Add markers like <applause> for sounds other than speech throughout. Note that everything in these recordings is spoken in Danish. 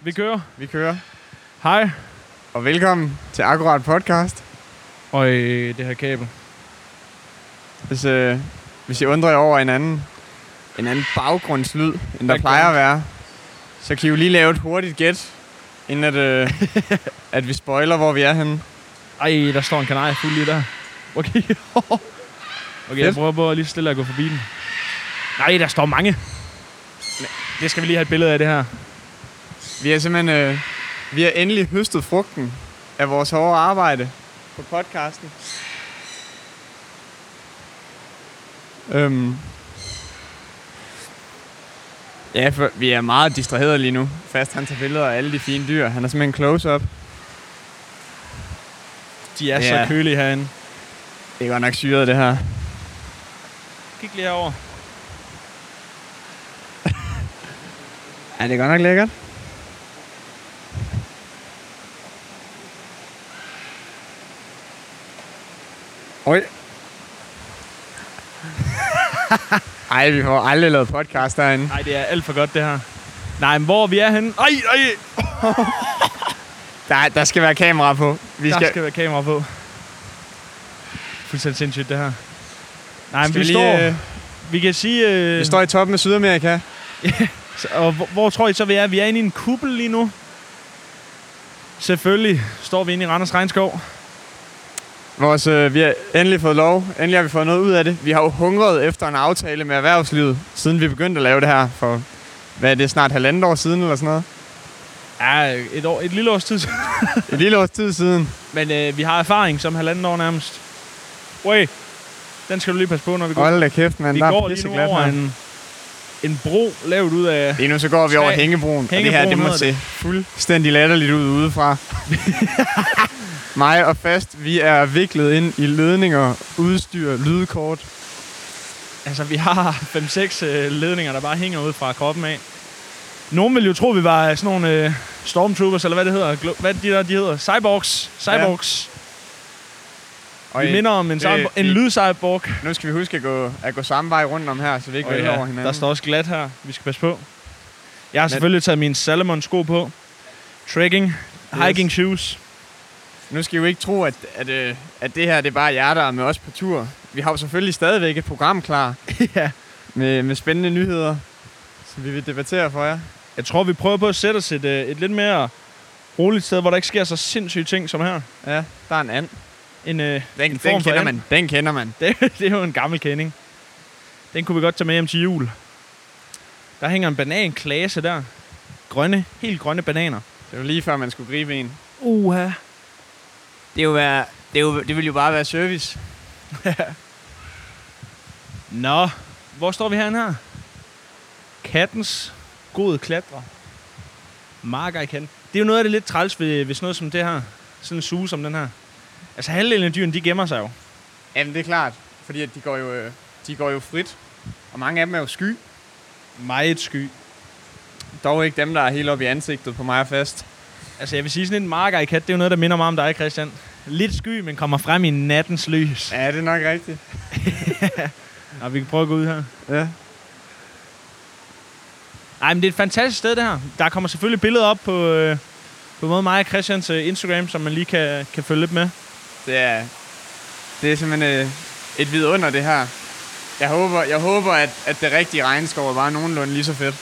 Vi kører. Vi kører. Hej. Og velkommen til Akkurat Podcast. Og øh, det her kabel. Hvis, øh, hvis I undrer jer over en anden, en anden baggrundslyd, end der Background. plejer at være, så kan I jo lige lave et hurtigt gæt, inden at, øh, at vi spoiler, hvor vi er henne. Ej, der står en kanarie fuld lige der. <laughs> Okay. okay, jeg Fedt. prøver på at lige stille at gå forbi den. Nej, der står mange. Det skal vi lige have et billede af, det her. Vi er simpelthen øh, vi har endelig høstet frugten af vores hårde arbejde på podcasten. Øhm. Ja, for vi er meget distraheret lige nu. Fast han tager billeder af alle de fine dyr. Han er simpelthen close-up. De er Ja. så kølige herinde. Det er godt nok syret, det her. Kig lige herover. Ja, det er godt nok lækkert. Oj. <laughs> Ej, vi får aldrig lavet podcast derinde. Nej, det er alt for godt, det her. Nej, men hvor vi er henne? Ej, ej, Der, der skal være kamera på. Vi der skal, skal, skal, være kamera på. Fuldstændig sindssygt, det her. Nej, men skal vi, vi, vi lige, står... øh, Vi kan sige... Øh, vi står i toppen af Sydamerika. Så, Og hvor, hvor tror I så, vi er? Vi er inde i en kuppel lige nu. Selvfølgelig står vi inde i Randers Regnskov. Vores, øh, vi har endelig fået lov. Endelig har vi fået noget ud af det. Vi har jo hungret efter en aftale med erhvervslivet, siden vi begyndte at lave det her for... Hvad er det? Snart halvandet år siden eller sådan noget? Ja, et, år, et lille års tid. <laughs> Et lille års tid siden. Men øh, vi har erfaring som halvandet år nærmest. Wait, den skal du lige passe på, når vi går. Hold da kæft, mand. vi der er går lige nu pisseglat over her. en, en bro lavet ud af... Lige nu så går vi over Svag. Hængebroen, og det her Hængebroen det må hedder se det. fuldstændig latterligt ud <laughs> udefra. Mig og Fast, vi er viklet ind i ledninger, udstyr, lydkort. Altså, vi har <laughs> 5-6 øh, ledninger, der bare hænger ud fra kroppen af. Nogen ville jo tro, vi var sådan nogle øh, stormtroopers, eller hvad det hedder. Glo- hvad de der, de hedder? Cyborgs. Cyborgs. Ja, vi øh, minder om en, det- cyborg, en det- lyd-cyborg. Nu skal vi huske at gå, at gå samme vej rundt om her, så vi ikke Og vælter over hinanden. Der står også glat her. Vi skal passe på. Jeg har Men- selvfølgelig taget mine Salomon-sko på. Trekking. Hiking shoes. Nu skal I jo ikke tro, at, at, at, at det her det er bare jer, der er med os på tur. Vi har jo selvfølgelig stadigvæk et program klar <laughs> ja. med, med spændende nyheder, som vi vil debattere for jer. Jeg tror, vi prøver på at sætte os et, øh, et lidt mere roligt sted, hvor der ikke sker så sindssyge ting som her. Ja, der er en and. En, øh, Den, form for and. Den kender man. det, <laughs> det er jo en gammel kending. Den kunne vi godt tage med hjem til jul. Der hænger en bananklase der. Grønne, helt grønne bananer. Det var lige før, man skulle gribe en. Uha. Det, er jo være, det, er jo, det vil jo bare være service. Nå, hvor står vi herinde her? Kattens gode klatre. Marker i kanten. Det er jo noget af det lidt træls ved, ved sådan noget som det her. Sådan en suge som den her. Altså halvdelen af dyrene, de gemmer sig jo. Jamen, det er klart. Fordi at de, går jo, øh, de går jo frit. Og mange af dem er jo sky. Meget sky. Dog ikke dem, der er helt oppe i ansigtet på mig og fast. Altså jeg vil sige, sådan en marker i kat, det er jo noget, der minder mig om dig, Christian. Lidt sky, men kommer frem i nattens lys. Ja, det er nok rigtigt. Og vi kan prøve at gå ud her. Ja. Ej, men det er et fantastisk sted, det her. Der kommer selvfølgelig billeder op på, øh, på både mig og Christians øh, Instagram, som man lige kan, kan følge lidt med. Det er, det er simpelthen øh, et vidunder, det her. Jeg håber, jeg håber at, at det rigtige regnskov er bare nogenlunde lige så fedt.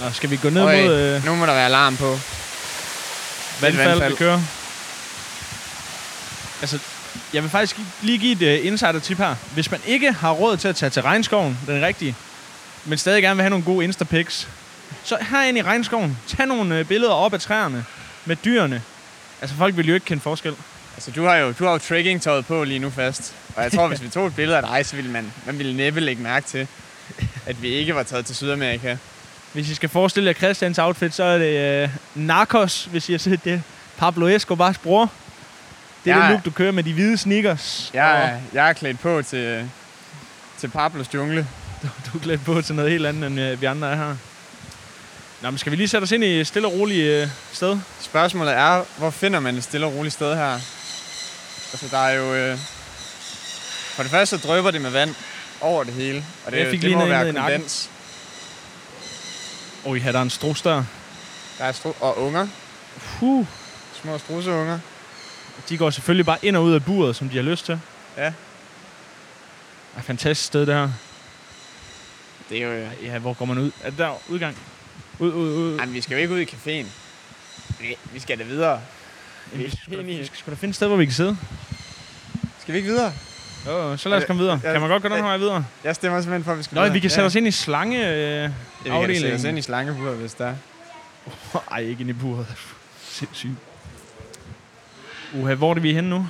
Nå, skal vi gå ned mod øh, nu må der være alarm på. vandfald, vandfald. vi kører. Altså, jeg vil faktisk gi- lige give et uh, insider-tip her. Hvis man ikke har råd til at tage til regnskoven, den rigtige, men stadig gerne vil have nogle gode instapics, så herinde i regnskoven, tag nogle uh, billeder op af træerne med dyrene. Altså, folk vil jo ikke kende forskel. Altså, du har jo, du har jo trekking-tøjet på lige nu fast. Og jeg <laughs> tror, hvis vi tog et billede af dig, så ville man, man ville næppe lægge mærke til, at vi ikke var taget til Sydamerika. Hvis I skal forestille jer Christians outfit, så er det uh, Narcos, hvis I har set det. Pablo Escobars bror. Det er Jeg det er- look, du kører med de hvide sneakers. Jeg, er- jeg er klædt på til, til Pablos jungle. Du er klædt på til noget helt andet, end øh, vi andre er her. Nå, men skal vi lige sætte os ind i et stille og roligt øh, sted? Spørgsmålet er, hvor finder man et stille og roligt sted her? Altså, der er jo... Øh, for det første så drøber det med vand over det hele. Og det, Jeg fik det lige må noget være ned i nakken. kondens. Og I har der er en strus der. Der er stru- og unger. Puh. Små strusseunger. De går selvfølgelig bare ind og ud af buret, som de har lyst til. Ja. Ej, fantastisk sted, det her. Det er jo... Øh. Ja, hvor går man ud? Er det der udgang? Ud, ud, ud. Jamen, vi skal jo ikke ud i caféen. Vi, vi skal da videre. Jamen, vi, skal, sgu da- Enig. vi skal sgu da finde et sted, hvor vi kan sidde. Skal vi ikke videre? Jo, jo, så lad os komme videre. Ja, Kan man godt gå den her vej videre? Jeg stemmer simpelthen for, at vi skal Nå, videre. vi kan sætte ja. os ind i slange... Øh, <laughs> ja, vi kan sætte os afdelingen. ind i slangeburet, hvis der er. ej, ikke ind i buret. Sindssygt. Uha, hvor er det, vi er henne nu?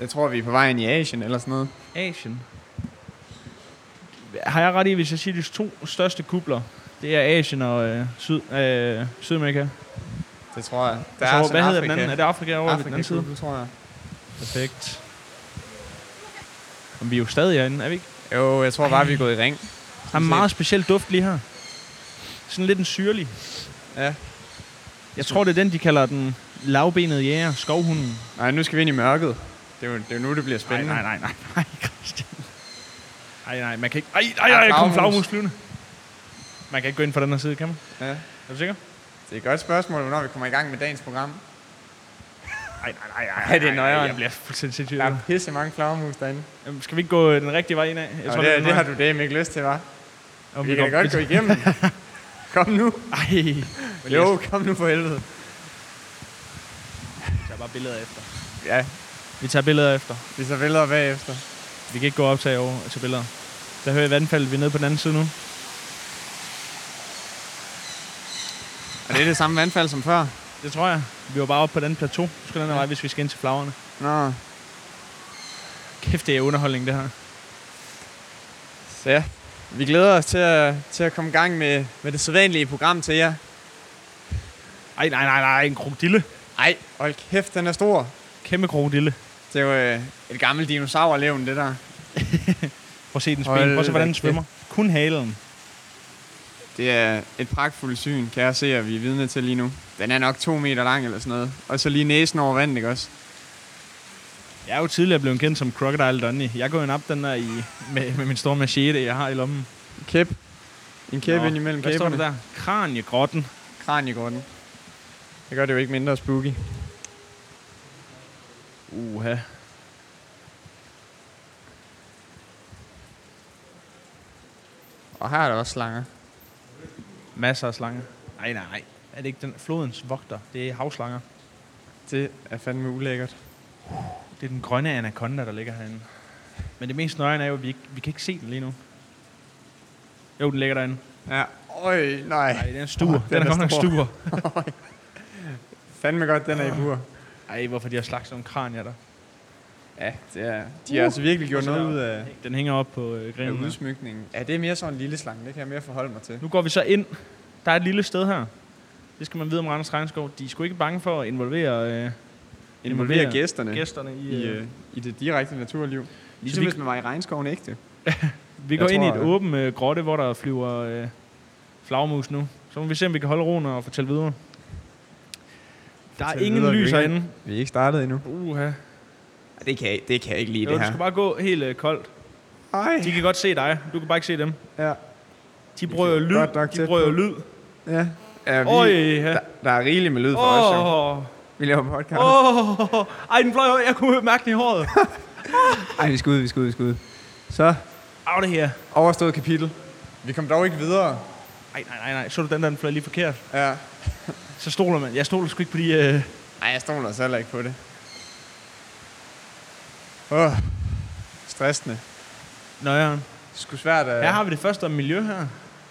Jeg tror, vi er på vej ind i Asien eller sådan noget. Asien. Har jeg ret i, hvis jeg siger, de to største kubler, det er Asien og øh, Syd, øh, Sydamerika? Det tror jeg. Der så, hvad hedder den Afrika- anden? Er det altså Afrika over Afrika ved den anden side? Afrika-kugle, tror jeg. Perfekt. Men vi er jo stadig herinde, er vi ikke? Jo, jeg tror bare, vi er gået i ring. Har en meget speciel duft lige her. Sådan lidt en syrlig. Ja. Jeg tror, det er den, de kalder den lavbenede jæger, skovhunden. Nej, nu skal vi ind i mørket. Det er jo, det er jo nu, det bliver spændende. Nej, nej, nej, nej, nej, Christian. Ej, nej, man kan ikke... Ej, ej, ej, kom flagermus. flagmus flyvende. Man kan ikke gå ind fra den her side, kan man? Ja. Er du sikker? Det er et godt spørgsmål, hvornår vi kommer i gang med dagens program. Nej, nej, nej, Ej, det <laughs> er nøjeren. Jeg bliver fuldstændig sindssyg. Der er pisse mange flagermus derinde. Jamen, Skal vi ikke gå øh, den rigtige vej indad? Jeg Jeg tror, det, det, den det har vej. du det ikke lyst til, var. Om Vi kan går- godt gå <laughs> igennem. Kom nu. Ej, Jo, kom nu for helvede. vi tager bare billeder efter. Ja, Vi tager billeder efter. vi så vælger bagefter. Vi kan ikke gå og optage over til billeder. Der hører jeg vandfaldet, vi er nede på den anden side nu. Og det er det samme vandfald som før. Det tror jeg. Vi var bare oppe på den plateau. Nu skal den her vej, hvis vi skal ind til flagerne. Nå, Kæft, det er underholdning, det her. så ja. Vi glæder os til at, til at komme i gang med, med det sædvanlige program til jer. Ej, nej, nej, nej, en krokodille. Ej, hold kæft, den er stor. Kæmpe krokodille. Det er jo øh, et gammelt dinosaurlevn, det der. Prøv at se den spille. Hold Prøv at se, hvordan den da svømmer. Kun halen. Det er et pragtfuldt syn, kan jeg se, at vi er vidne til lige nu. Den er nok to meter lang eller sådan noget. Og så lige næsen over vandet, ikke også? Jeg er jo tidligere blevet kendt som Crocodile Dundee. Jeg går jo en op den der i, med, med min store machete, jeg har i lommen. Kæp. En kæp Nå, ind imellem Hvad står der kæberne. der? Kraniegrotten. Kranjegården. Det gør det jo ikke mindre spooky. Uha. Og her er der også slanger. Masser af slanger. Nej, nej, nej. Er det ikke den flodens vogter? Det er havslanger. Det er fandme ulækkert. Det er den grønne anaconda, der ligger herinde. Men det mest nøjende er jo, at vi, ikke, vi kan ikke se den lige nu. Jo, den ligger derinde. Ja. Øj, nej. Nej, den er stor. Åh, Den, er godt Ah, nok stor. stor. Fandme godt, den er i bur. Ej, hvorfor de har slagt sådan nogle kranier der. Ja, det er, de har altså virkelig gjort noget ud af, Den hænger op på øh, af grenen. her. udsmykningen. Ja, det er mere sådan en lille slange. Det kan jeg mere forholde mig til. Nu går vi så ind. Der er et lille sted her. Det skal man vide om Randers Regnskov. De er sgu ikke bange for at involvere øh, Involverer gæsterne gæsterne i... i, Øh, øh, i det direkte naturliv. Ligesom vi- hvis man var i regnskoven ægte. vi går jeg ind i tror, et øh, åbent øh, grotte, hvor der flyver øh, flagmus nu. Så må vi se, om vi kan holde roen og fortælle videre. Der er Fortæl ingen videre, lys Gry. herinde. Vi er ikke startet endnu. Uha. Det kan, jeg, det kan jeg ikke lide, Jo, du skal bare gå helt øh, koldt. Ej. De kan godt se dig. Du kan bare ikke se dem. Ja. De bruger jo lyd. godt nok De tæt bruger jo på. lyd. ja. ja vi, Øj, ja. der, der, er rigeligt med lyd for os, jo. Åh, Vi laver podcast. åh, ej, den fløj, jeg kunne mærke den i håret. Ej, vi skal ud, vi skal ud, vi skal ud. Så, Af det her. overstået kapitel. Vi kom dog ikke videre. Ej, nej, nej, nej. Så du den der, den fløj lige forkert. Ja. Så stoler man. Jeg stoler sgu ikke på de... Øh... Nej, jeg stoler altså heller ikke på det. Åh, oh, stressende. Nøjeren. Sgu svært at... Her har vi det første om miljø her.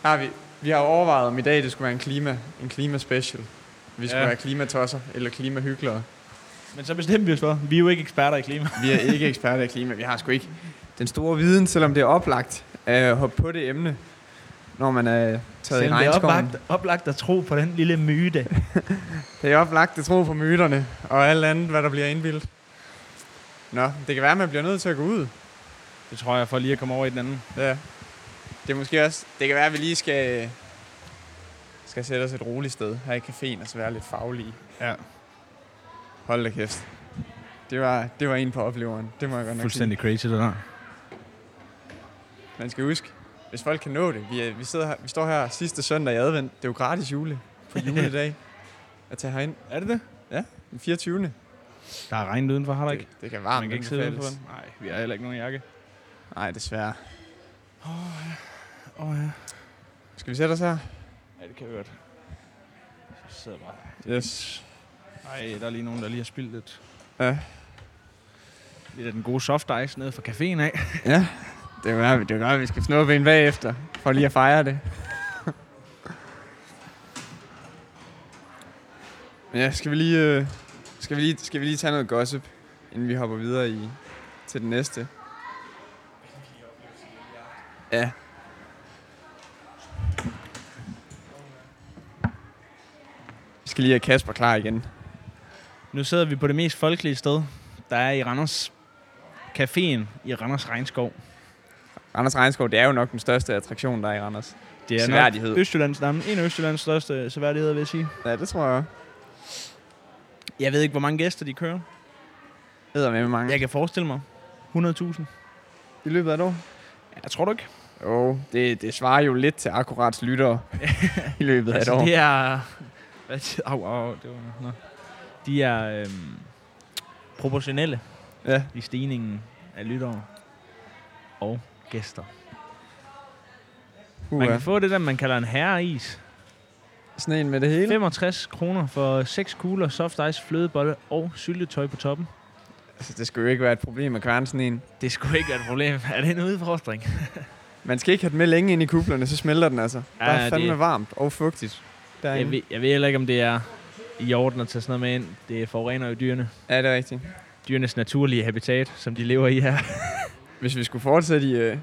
har vi. Vi har jo overvejet, om i dag det skulle være en klima, en klimaspecial. Vi skulle Ja. ja. være klimatosser eller klimahyklere. Men så bestemte vi os for. Vi er jo ikke eksperter i klima. Vi er ikke eksperter i klima. Vi har sgu ikke den store viden, selvom det er oplagt at hoppe på det emne, når man er taget i det er regnskoven. oplagt, oplagt at tro på den lille myte. Det er oplagt at tro på myterne og alt andet, hvad der bliver indbildt. Nå, det kan være, at man bliver nødt til at gå ud. <laughs> Det tror jeg, for lige at komme over i den anden. Ja. Det er måske også... Det kan være, at vi lige skal, skal sætte os et roligt sted her i caféen og så være lidt faglige. Ja. Hold da kæft. Det var, det var en på opleveren. Det må jeg godt nok sige. crazy, det der. Man skal huske, Hvis folk kan nå det. Vi, er- vi, sidder her, vi står her sidste søndag i advent. Det er jo gratis jule <laughs> på juledag at tage herind Er det det? den 24. Der er regnet udenfor, har der ikke? Det, det kan varmt Man kan ikke sidde udenfor. Nej, vi har heller ikke nogen jakke. Nej, desværre. Åh oh, ja. Skal vi sætte os her? Ja, det kan jeg godt. Så sidder jeg bare. Yes. Ej, der er lige nogen, der lige har spildt lidt. Ja. Lidt af den gode soft ice nede fra caféen af. Ja, det er godt, det er godt, vi skal snuppe en bagefter, for lige at fejre det. Men ja, skal vi lige, øh, skal vi lige, skal vi lige tage noget gossip, inden vi hopper videre i, til den næste? Ja. Vi skal lige have Kasper klar igen. Nu sidder vi på det mest folkelige sted, der er i Randers. Caféen i Randers Regnskov. Randers Regnskov, det er jo nok den største attraktion, der er i Randers. Det er Seværdighed. nok Østjyllands, nej, en af Østjyllands største seværdigheder, vil jeg sige. Ja, det tror jeg. Jeg ved ikke, hvor mange gæster de kører. Hedder med mange. Jeg kan forestille mig 100.000. I løbet af et år? Jeg tror du ikke? Jo, det, det svarer jo lidt til akkurats <laughs> lyttere i løbet af et år. Altså, det er... Hvad siger- Au, au, det var... Nå. De er øhm, proportionelle Ja, i stigningen af lyttere og gæster. Man uha. kan få det der, man kalder en herreis. Sneen med det hele. 65 kroner for 6 kugler, soft ice, flødebolle og syltetøj på toppen. Altså, det skulle jo ikke være et problem at kværne sådan en. Det skulle ikke være et problem. <laughs> Er det en udfordring? Man skal ikke have den med længe ind i kuplerne, så smelter den altså. Der Ja, er fandme det- varmt og fugtigt. Jeg Derinde. ved, jeg ved heller ikke, om det er i orden at tage sådan noget med ind. Det forurener jo dyrene. Ja, det er rigtigt. Dyrenes naturlige habitat, som de lever i her. Hvis vi skulle fortsætte i, øh,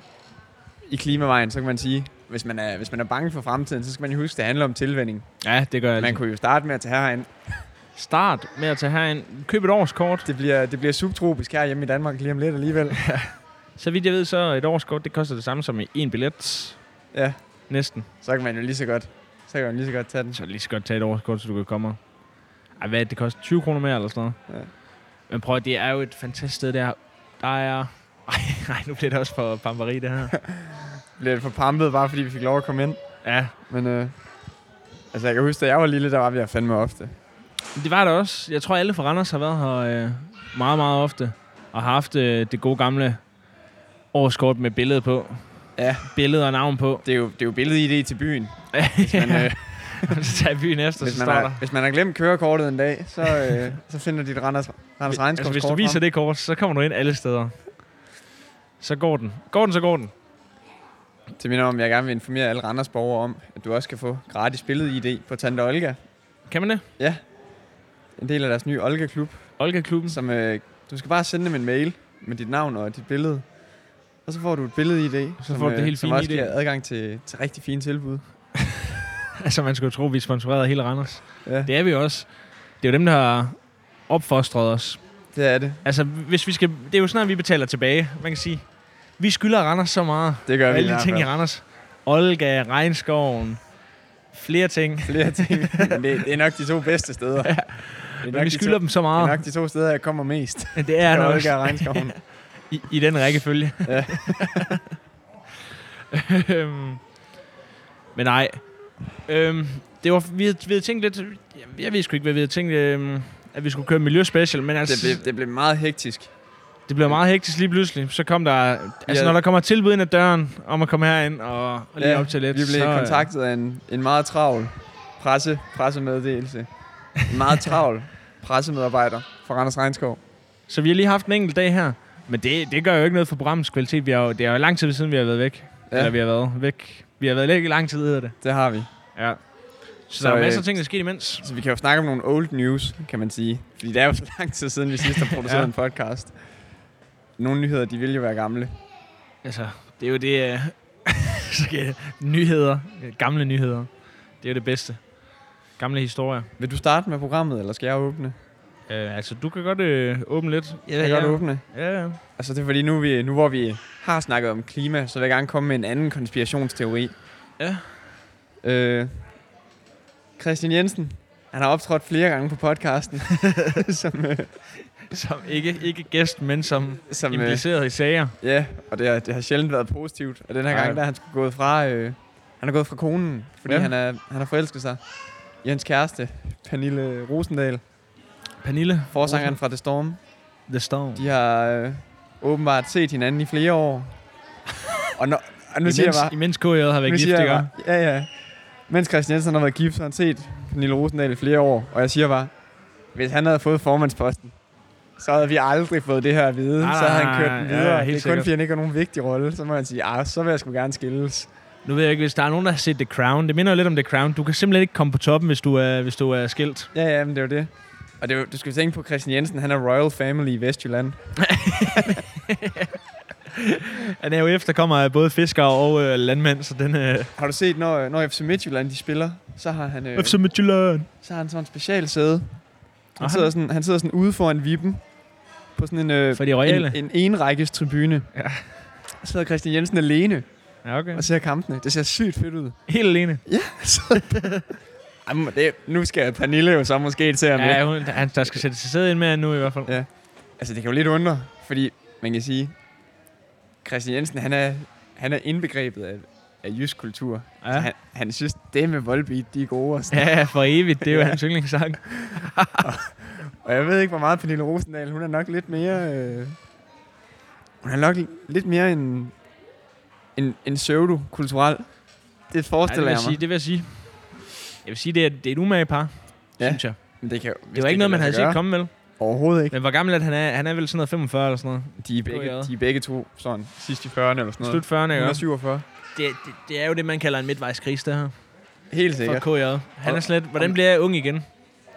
i klimavejen, så kan man sige, hvis man, er, hvis man er bange for fremtiden, så skal man jo huske, at det handler om tilvænding. Ja, det gør jeg Man altså. kunne jo starte med at tage herind. Start med at tage herind. Køb et årskort. Det bliver, det bliver subtropisk her hjemme i Danmark lige om lidt alligevel. Så vidt jeg ved, så et årskort, det koster det samme som en billet. Ja, Næsten. så kan man jo lige så godt, så kan man lige så godt tage den. Så lige så godt tage et årskort, så du kan komme. Ej, hvad er det det koster? 20 kroner mere eller sådan noget? Ja. Ja. Men prøv at- det er jo et fantastisk sted, der. Der er... Ej, <laughs> nej, nu bliver det også for pamperi, <laughs> det her. Bliver det for pampet, bare fordi vi fik lov at komme ind? ja, Men øh, altså, jeg kan huske, da jeg var lille, der var vi her fandme ofte. men det var det også. Jeg tror, alle fra Randers har været her øh, meget, meget ofte. Og har haft øh, det gode gamle årskort med billede på. Ja. Billede og navn på. Det er jo, det er jo billed-ID til <laughs> byen. Hvis Men, øh, så tager jeg byen efter, hvis, så man står der. har, hvis man har glemt kørekortet en dag, så, øh, så finder dit Randers, Randers Altså, regnskabskort hvis du viser frem. det kort, så kommer du ind alle steder. Så går den. Går den, så går den. Til minder om, jeg gerne vil informere alle Randers borgere om, at du også kan få gratis billed-ID på Tante Olga. Kan man det? En del af deres nye Olga-klub, Olga-klubben. som øh, du skal bare sende dem en mail med dit navn og dit billede. Og så får du et billed-ID, Så får du det helt som fine også ID. giver adgang til, til rigtig fine tilbud. <laughs> Altså, man skulle jo tro, at vi er sponsoreret af hele Randers. Ja, Det er vi også. Det er jo dem, der har opfostret os. det er det. Altså, hvis vi skal... Det er jo sådan, at vi betaler tilbage, man kan sige. Vi skylder Randers så meget. Det gør vi i Alle hvert de ting i fald. Randers. Olga, regnskoven, flere ting. flere <laughs> ting. Men det, det er nok de to bedste steder. Ja. Det er Men nok, vi de to, skylder dem så det er meget. nok de to steder, jeg kommer mest. Det er Det nok Olga og <laughs> regnskoven. i, i den rækkefølge. Ja. <laughs> Øhm, Men nej. Øhm, det var, vi, havde, vi havde tænkt lidt... Jeg, jeg ved sgu ikke, hvad vi havde tænkt, øhm, at vi skulle køre en miljøspecial, men altså, det, blev, det blev meget hektisk. det blev meget hektisk lige pludselig. Så kom der... Ja. Altså, når der kommer tilbud ind ad døren om at komme herind og, og lige op til lidt, vi blev så, øh, kontaktet af en, en meget travl presse, pressemeddelelse. En <laughs> meget travl pressemedarbejder fra Randers Regnskov. Så vi har lige haft en enkelt dag her. Men det, det gør jo ikke noget for programmets kvalitet. Vi har jo, det er jo lang tid siden, vi har været væk. Ja. Eller Ja, vi har været væk. Vi har været væk i lang tid, hedder det. det har vi. Ja. Så, Så, der er øh, masser af ting, der er sket imens. Så vi kan jo snakke om nogle old news, kan man sige. Fordi det er jo så lang tid siden, vi sidst har produceret Ja. ja. en podcast. Nogle nyheder, de vil jo være gamle. Altså, det er jo det... øh, <laughs> så kan- nyheder. øh, Gamle nyheder. Det er jo det bedste. Gamle historier. Vil du starte med programmet, eller skal jeg åbne? Øh, altså, du kan godt øh, åbne lidt. Skal jeg godt åbne? Ja, ja. Altså det er fordi, nu, vi, nu hvor vi har snakket om klima, så vil jeg gerne komme med en anden konspirationsteori. Ja. Øh, Christian Jensen, han har optrådt flere gange på podcasten, <laughs> som, øh, som ikke, ikke gæst, men som, som Som, øh, impliceret i sager. Ja, og det, har- det har sjældent været positivt. Og den her Nej. gang, der er han sgu gået fra, øh, han er gået fra konen, fordi Ja. ja. han, er, han har forelsket sig i hans kæreste, Pernille Rosendal, Pernille. forsangeren fra The Storm. The Storm. De har øh, åbenbart set hinanden i flere år. <laughs> og, når, og nu imens, siger jeg bare... imens KJ har været nu gift, siger ikke? jeg bare ja, ja. Mens Christian Jensen har været gift, så har han set Pernille Rosendal i flere år. Og jeg siger bare, hvis han havde fået formandsposten, så havde vi aldrig fået det her at vide. Nej, så havde nej, han kørt nej, den ja, videre. ja, Ja, helt det er kun sikkert. fordi, han ikke har nogen vigtig rolle. Så må han sige, ah, så vil jeg sgu gerne skilles. Nu ved jeg ikke, hvis der er nogen, der har set The Crown. Det minder jo lidt om The Crown. Du kan simpelthen ikke komme på toppen, hvis du er, hvis du er skilt. Ja, ja, men det er jo det. Og det er jo, du skal tænke på Christian Jensen, han er Royal Family i Vestjylland. Han er jo efterkommer af både fiskere og øh, landmænd, så den... Øh, Har du set, når, øh, når FC Midtjylland de spiller, så har han, øh, FC Midtjylland. så har han sådan en special sæde. han- Han, sidder sådan, han sidder sådan ude foran vippen på sådan en, øh, For de royale. en, en enrækkes tribune. Ja. Så sidder Christian Jensen alene Ja, okay. og ser kampene. Det ser sygt fedt <laughs> ud. Helt alene. Ej, men det, nu skal Pernille jo så måske til at med. Ja, hun, han, der skal sætte sig sæde ind med nu i hvert fald. Ja. Altså, det kan jo lidt undre, fordi man kan sige, Christian Jensen, han er, han er indbegrebet af, af jysk kultur. Ja. Ja, Han, han synes, det med Volbeat, de er gode. Og, sådan. ja for evigt. Det er jo hans yndlingssang. og jeg ved ikke, hvor meget Pernille Rosendal, hun er nok lidt mere... Øh, hun er nok lidt mere en, en, en pseudo-kulturel. Det Ja, det, forestiller vil ja, det jeg jeg sige, mig. det vil jeg sige. Jeg vil sige, det er, det er et umage par, ja. Ja. synes jeg. Men det, kan, jo- hvis Det var ikke noget, kan man lade havde sig set gøre. komme, vel? Overhovedet ikke. Men hvor gammel er det, han er? Han er vel sådan noget 45 eller sådan noget. De er begge, Gå i de er begge to sådan sidst i 40'erne eller sådan Slut noget. 40'erne, ikke? også? 147. Det, det, det, er jo det, man kalder en midtvejskris, det her. Helt For sikkert. KJ. Han er Og- slet... Hvordan og- bliver jeg ung igen?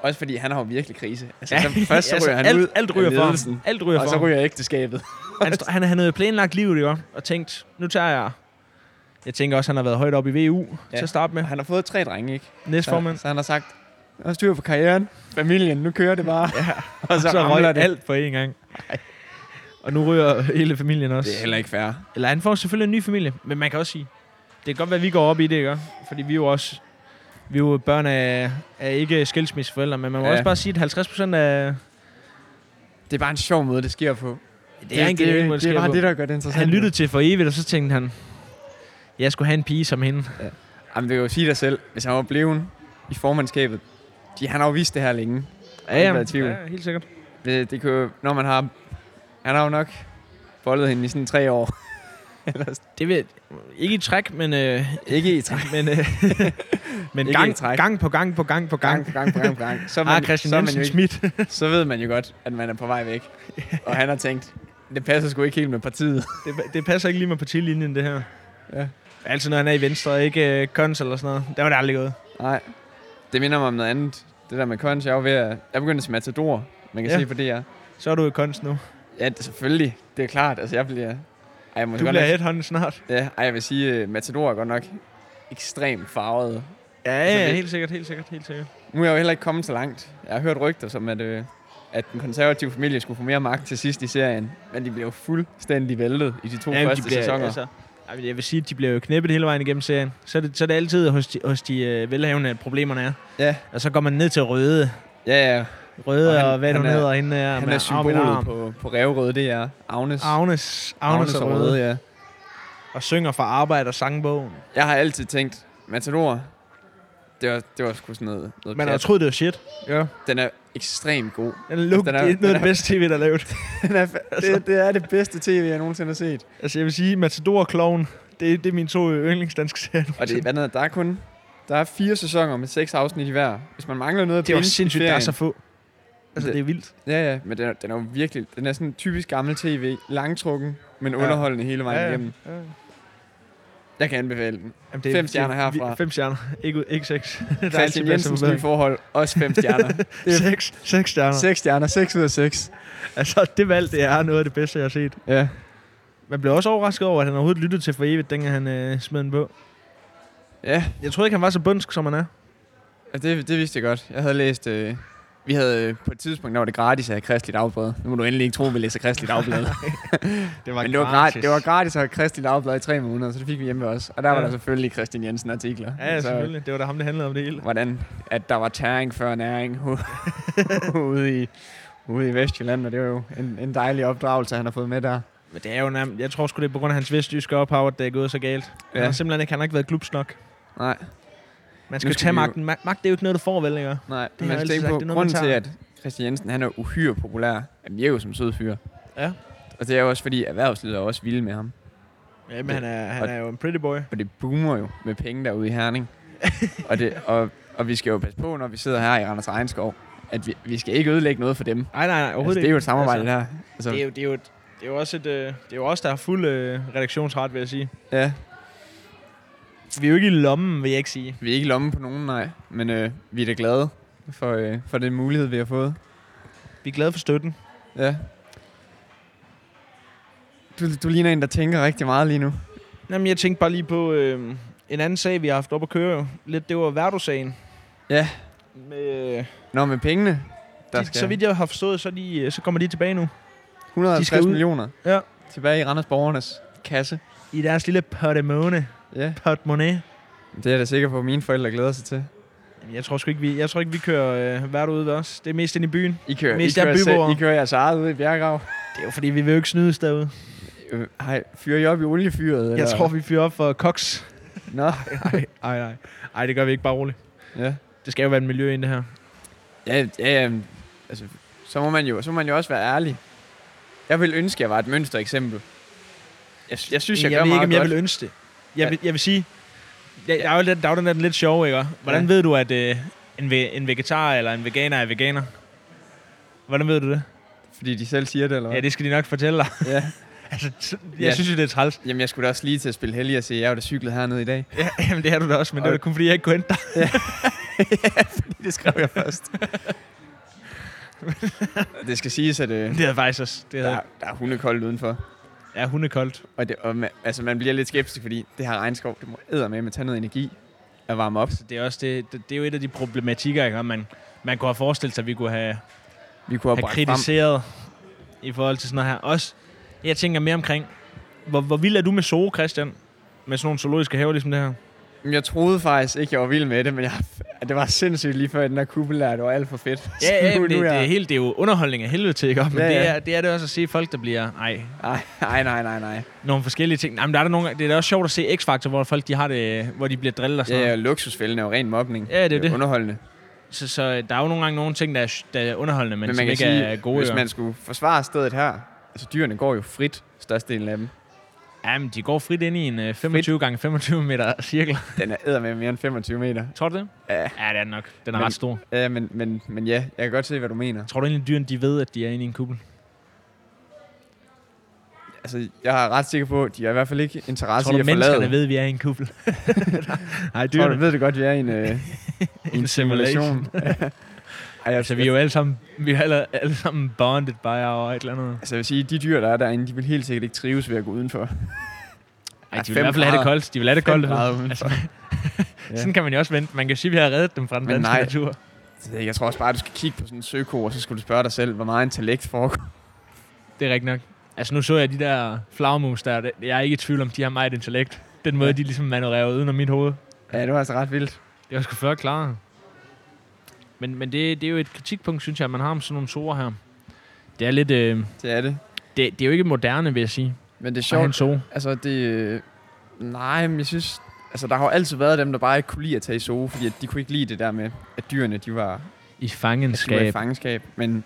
Også fordi han har jo virkelig krise. Altså, <laughs> så først så ryger han alt, ud alt af ryger for ledelsen, ham. Alt ryger og for så ham. ryger ægteskabet. Han, stå- han, han havde planlagt livet, ikke? også? Og tænkt, nu tager jeg... Jeg tænker også, han har været højt op i VU ja. Ja. til at starte <laughs> med. Han har fået tre drenge, ikke? Næstformand. Så, så han har sagt, jeg har styr på karrieren, familien, nu kører det bare. ja. <laughs> og så, <laughs> Så, så ramler røg det. alt på én gang. Og nu ryger hele familien også. Det er heller ikke fair. Eller han får selvfølgelig en ny familie, men man kan også sige, det kan godt være, at vi går op i det, ikke? Fordi vi er jo også vi er jo børn af, af ikke skilsmisseforældre, men man må ja. Ja. også bare sige, at 50 procent af... Det er bare en sjov måde, det sker på. Det er en genial måde, det det, det sker er bare på. det, der gør det interessant. Han lyttede til for evigt, og så tænkte han, jeg skulle have en pige som hende. Jamen, det kan jo sige dig selv, hvis han var blevet i formandskabet. De, han har jo vist det her længe. Ja, ikke ja, været i tvivl. ja, helt sikkert. Det, det kan jo, når man har... Han har jo nok boldet hende i sådan tre <laughs> år. Det vil, ikke i <laughs> træk, men, øh, <laughs> Ikke i tre. men, øh, men Ikke i gang, træk. gang på gang på gang på gang. Gang, på gang, på gang, på gang. Så, er Ah, man, så, Christian er man jo Jensen ikke, Schmidt. så ved man jo godt, at man er på vej <laughs> væk. Og han har tænkt, det passer sgu ikke helt med partiet. Det, det passer ikke lige med partilinjen, det her. Ja. Altså, når han er i venstre, ikke øh, kons eller sådan noget. Der var det aldrig gået. Nej. Det minder mig om noget andet. Det der med Conch, jeg er jo ved at... Jeg er begyndt at se Matador. Man kan Ja. ja. se på det, jeg... Så er du i kons nu. Ja, det, selvfølgelig. Det er klart. Altså, jeg bliver... Ej, jeg må Du godt bliver nok, headhunted snart. ja, ej, jeg vil sige, uh, Matador er godt nok ekstremt farvet. Ja, ja, ja, Altså, helt sikkert, helt sikkert, helt sikkert. Nu er jeg jo heller ikke kommet så langt. Jeg har hørt rygter som, at, øh, at den konservative familie skulle få mere magt til sidst i serien. Men de blev jo fuldstændig væltet i de to ja, første bliver, sæsoner. Altså. ej, men jeg vil sige, at de bliver jo knæppet hele vejen igennem serien. Så er det, så er det altid hos de, hos de øh, velhavende, at problemerne er. Ja, Og så går man ned til Røde. ja, ja. Røde Og og, han- og hvad han hun er- hedder hende der. Han er med arm i symbolet arm. på, på rævrøde, det er Agnes. Agnes, Agnes, og Røde. ja. Og synger for arbejde og sangbogen. Jeg har altid tænkt, Matador, det var, det var sgu sådan noget, noget Man har pjat. troet, det var shit. Ja. Den er ekstremt god. Den er, luk, Altså, Den den er- er, det er noget den af det bedste tv, der er lavet. <laughs> Den er, det, det er det bedste tv, jeg nogensinde har set. altså, jeg vil sige, Matador og Kloven, det, er- det er mine to øh, yndlingsdanske serier. Og det, hvad er der er kun... Der er fire sæsoner med seks afsnit i hver. Hvis man mangler noget at det er binge også i sindssygt, der er ferien- så få. Altså, Det- det, det er vildt. Ja, ja, men den er, den er jo virkelig... Den er sådan typisk gammel tv. Langtrukken, men Ja. underholdende hele vejen Ja, ja. igennem. Ja. Jeg kan anbefale den. Jamen, Fem stjerner det er vi- herfra. Fem stjerner. Ikke, ud- ikke seks. <laughs> Der er altid Christian plads til Jensens nye forbedring. forhold. Også fem <laughs> stjerner. Det er Seks, seks stjerner. seks stjerner. Seks ud af seks. Altså, det valg, det er noget af det bedste, jeg har set. Ja. Man blev også overrasket over, at han overhovedet lyttede til for evigt, dengang han øh, smed den på. Ja, Jeg troede ikke, han var så bundsk, som han er. og det, det vidste jeg godt. Jeg havde læst... Øh, vi havde øh, på et tidspunkt, der var det gratis at have kristeligt dagblad. Nu må du endelig ikke tro, at vi læser kristeligt <laughs> dagblad. Det var Men det var, gratis. det var gratis at have Christian Dagblad i tre måneder, så det fik vi hjemme også. Og der ja. Ja. var der selvfølgelig Christian Jensen artikler. Ja, ja, Så, selvfølgelig. Det var da ham, det handlede om det hele. Hvordan, at der var tæring før næring <laughs> ude i, ude i Vestjylland, og det var jo en, en dejlig opdragelse, han har fået med der. Men det er jo nærmest, jeg tror sgu, det er på grund af hans vestjyske ophav, at det er gået så galt. Ja. Han har Ja. simpelthen ikke, han har ikke været klubs nok. Nej, Man Nu skal, skal skal tage vi jo- magten. Mag- magt, det er jo ikke noget, du får, vel, ikke? nej. har Det jeg man skal altid tænke sagt, på, det er noget, man grunden til, tager. at Christian Jensen han er uhyre populær, han virker jo som sød fyr. Ja. Og det er jo også, fordi erhvervslivet er også vilde med ham. Jamen, Det- han er, han er jo en pretty boy. Og det boomer jo med penge derude i <laughs> Herning. og, det, og, og vi skal jo passe på, når vi sidder her i Randers Regnskov, at vi, vi skal ikke ødelægge noget for dem. Nej, nej, nej, Altså, overhovedet det er jo et ikke. samarbejde der. Altså, Det er jo, det er jo, et, det er jo også et, øh, det er jo også der har fuld øh, redaktionsret, vil jeg sige. ja, Vi er jo ikke i lommen, vil jeg ikke sige. vi er ikke i lommen på nogen, nej. Men øh, vi er da glade for, øh, for den mulighed, vi har fået. Vi er glade for støtten. Ja. Du, du ligner en, der tænker rigtig meget lige nu. Jamen, jeg tænkte bare lige på øh, en anden sag, vi har haft op at køre jo. Lidt, det var Verdo-sagen. Ja. Med, øh, Nå, med pengene, der de, skal så vidt jeg har forstået, så, er de, øh, så kommer de tilbage nu. 150 de skal ud. millioner Ja. tilbage i Randers Borgernes kasse. I deres lille portemone. Ja, Portemone. det er jeg da sikker på, at mine forældre glæder sig til. Jamen, Jeg tror sgu ikke, vi, jeg tror ikke, vi kører øh, Verdo ud ved os. Det er mest ind i byen. I kører, I Mest af kører, byboere. selv, I kører jeres eget ude i Bjergrav. Det er jo fordi, vi vil jo ikke snydes derude. Øh, Hej, fyrer I op i oliefyret? Jeg eller? tror, vi fyrer op for koks. Nå, Nej, <laughs> nej, nej. Ej, det gør vi ikke bare roligt. ja. Det skal jo være et miljø ind det her. Ja, ja, ja. men, Altså, så må, man jo, så må man jo også være ærlig. Jeg vil ønske, at jeg var et mønstereksempel. Jeg, jeg synes, jeg, jeg gør ved meget ikke, om jeg godt. vil ønske det. Ja. Jeg, vil, jeg vil sige, jeg, der, er jo, den- der er jo den der den lidt sjove, ikke? Hvordan Ja. ja. ved du, at øh, en, ve- en vegetar eller en veganer er veganer? Hvordan ved du det? Fordi de selv siger det, eller Ja, hvad? det skal de nok fortælle <laughs> dig. Ja. altså, t- jeg Ja. synes jo, det er træls. Jamen, jeg skulle da også lige til at spille heldig og sige, at jeg er jo da cyklet hernede i <laughs> dag. Ja, jamen, det er du da også, men det Og- var da kun, fordi jeg ikke kunne hente dig. det skrev jeg først. <laughs> det skal siges, at øh, Det havde faktisk også. Det havde, der, der er hundekoldt udenfor. ja. hun er koldt. Og, det, og man, altså, man bliver lidt skeptisk, fordi det her regnskov, det må æder med at tage noget energi at varme op. Så det er, også det, det, det er jo et af de problematikker, ikke? Og Man, man kunne have forestillet sig, at vi kunne have Vi kunne have have bragt frem. kritiseret i forhold til sådan noget her. Også, jeg tænker mere omkring, hvor, hvor vild er du med zoo, Christian? Med sådan nogle zoologiske haver, ligesom det her. Jamen, Jeg troede faktisk ikke, jeg var vild med det, men jeg, det var sindssygt lige før, at den der kuppel der, det var alt for fedt. <laughs> Ja, ja <laughs> Så nu- men det, nu det, er er jeg- helt, det er jo underholdning af helvede til, ikke? Men Ja, ja, ja. Det, ja. er, det er det også at se folk, der bliver, ej, Ej, nej, nej, nej, nej. nogle forskellige ting. Nej, men der er der nogle, det er da også sjovt at se X-Factor, hvor folk de har det, hvor de bliver drillet og sådan Ja, ja, noget. luksusfælden er jo ren mobning. Ja, det er jo det. underholdende. Så, så der er jo nogle gange nogle ting, der er, der er underholdende, men, Men, men man som kan ikke sige, er gode. hvis jo. man skulle forsvare stedet her, altså dyrene går jo frit, størstedelen af dem. Ja, men de går frit ind i en øh, 25 gange 25 meter cirkel. Den er æder med mere end 25 meter. Tror du det? Ja. Ja, det er den nok. Den er Men- ret stor. Ja, men, men, men ja, jeg kan godt se, hvad du mener. Tror du egentlig, dyrene de ved, at de er inde i en kuppel? Altså, jeg er ret sikker på, at de har i hvert fald ikke interesse Tror du, i at forlade. menneskerne ved, at vi er i en kuppel? Nej, Tror du dyrene. ved det godt, vi er i en, <laughs> øh, i en simulation. En <laughs> simulation. Ej, jeg, Altså, vi er jo alle sammen, vi er alle, alle sammen bonded by our et eller andet. Altså, jeg vil sige, de dyr, der er derinde, de vil helt sikkert ikke trives ved at gå udenfor. Ej, Ja, Altså, de vil i fem hvert fald have det grader. koldt. De vil have det Fem koldt. grader udenfor. Altså, Ja. <laughs> Sådan kan man jo også vente. Man kan jo sige, at vi har reddet dem fra den Men danske nej. natur. Så Jeg tror også bare, at du skal kigge på sådan en søko, og så skulle du spørge dig selv, hvor meget intellekt foregår. <laughs> Det er rigtigt nok. Altså, nu så jeg de der flagmus der. Det- Jeg er ikke i tvivl om, de har meget intellekt. Den måde, Ja. de ligesom manøvrerer uden om mit hoved. Ja, det var altså ret vildt. Det var sgu før klare. Men, men det, det er jo et kritikpunkt, synes jeg, at man har om sådan nogle sorer her. Det er lidt... Øh, Det er det. det, det, er jo ikke moderne, vil jeg sige. Men det er At have sjovt. en zoo. Altså, det... øh, Nej, men jeg synes... Altså, der har jo altid været dem, der bare ikke kunne lide at tage i zoo, fordi at de kunne ikke lide det der med, at dyrene, de var, I at de var i fangenskab. fangenskab. Men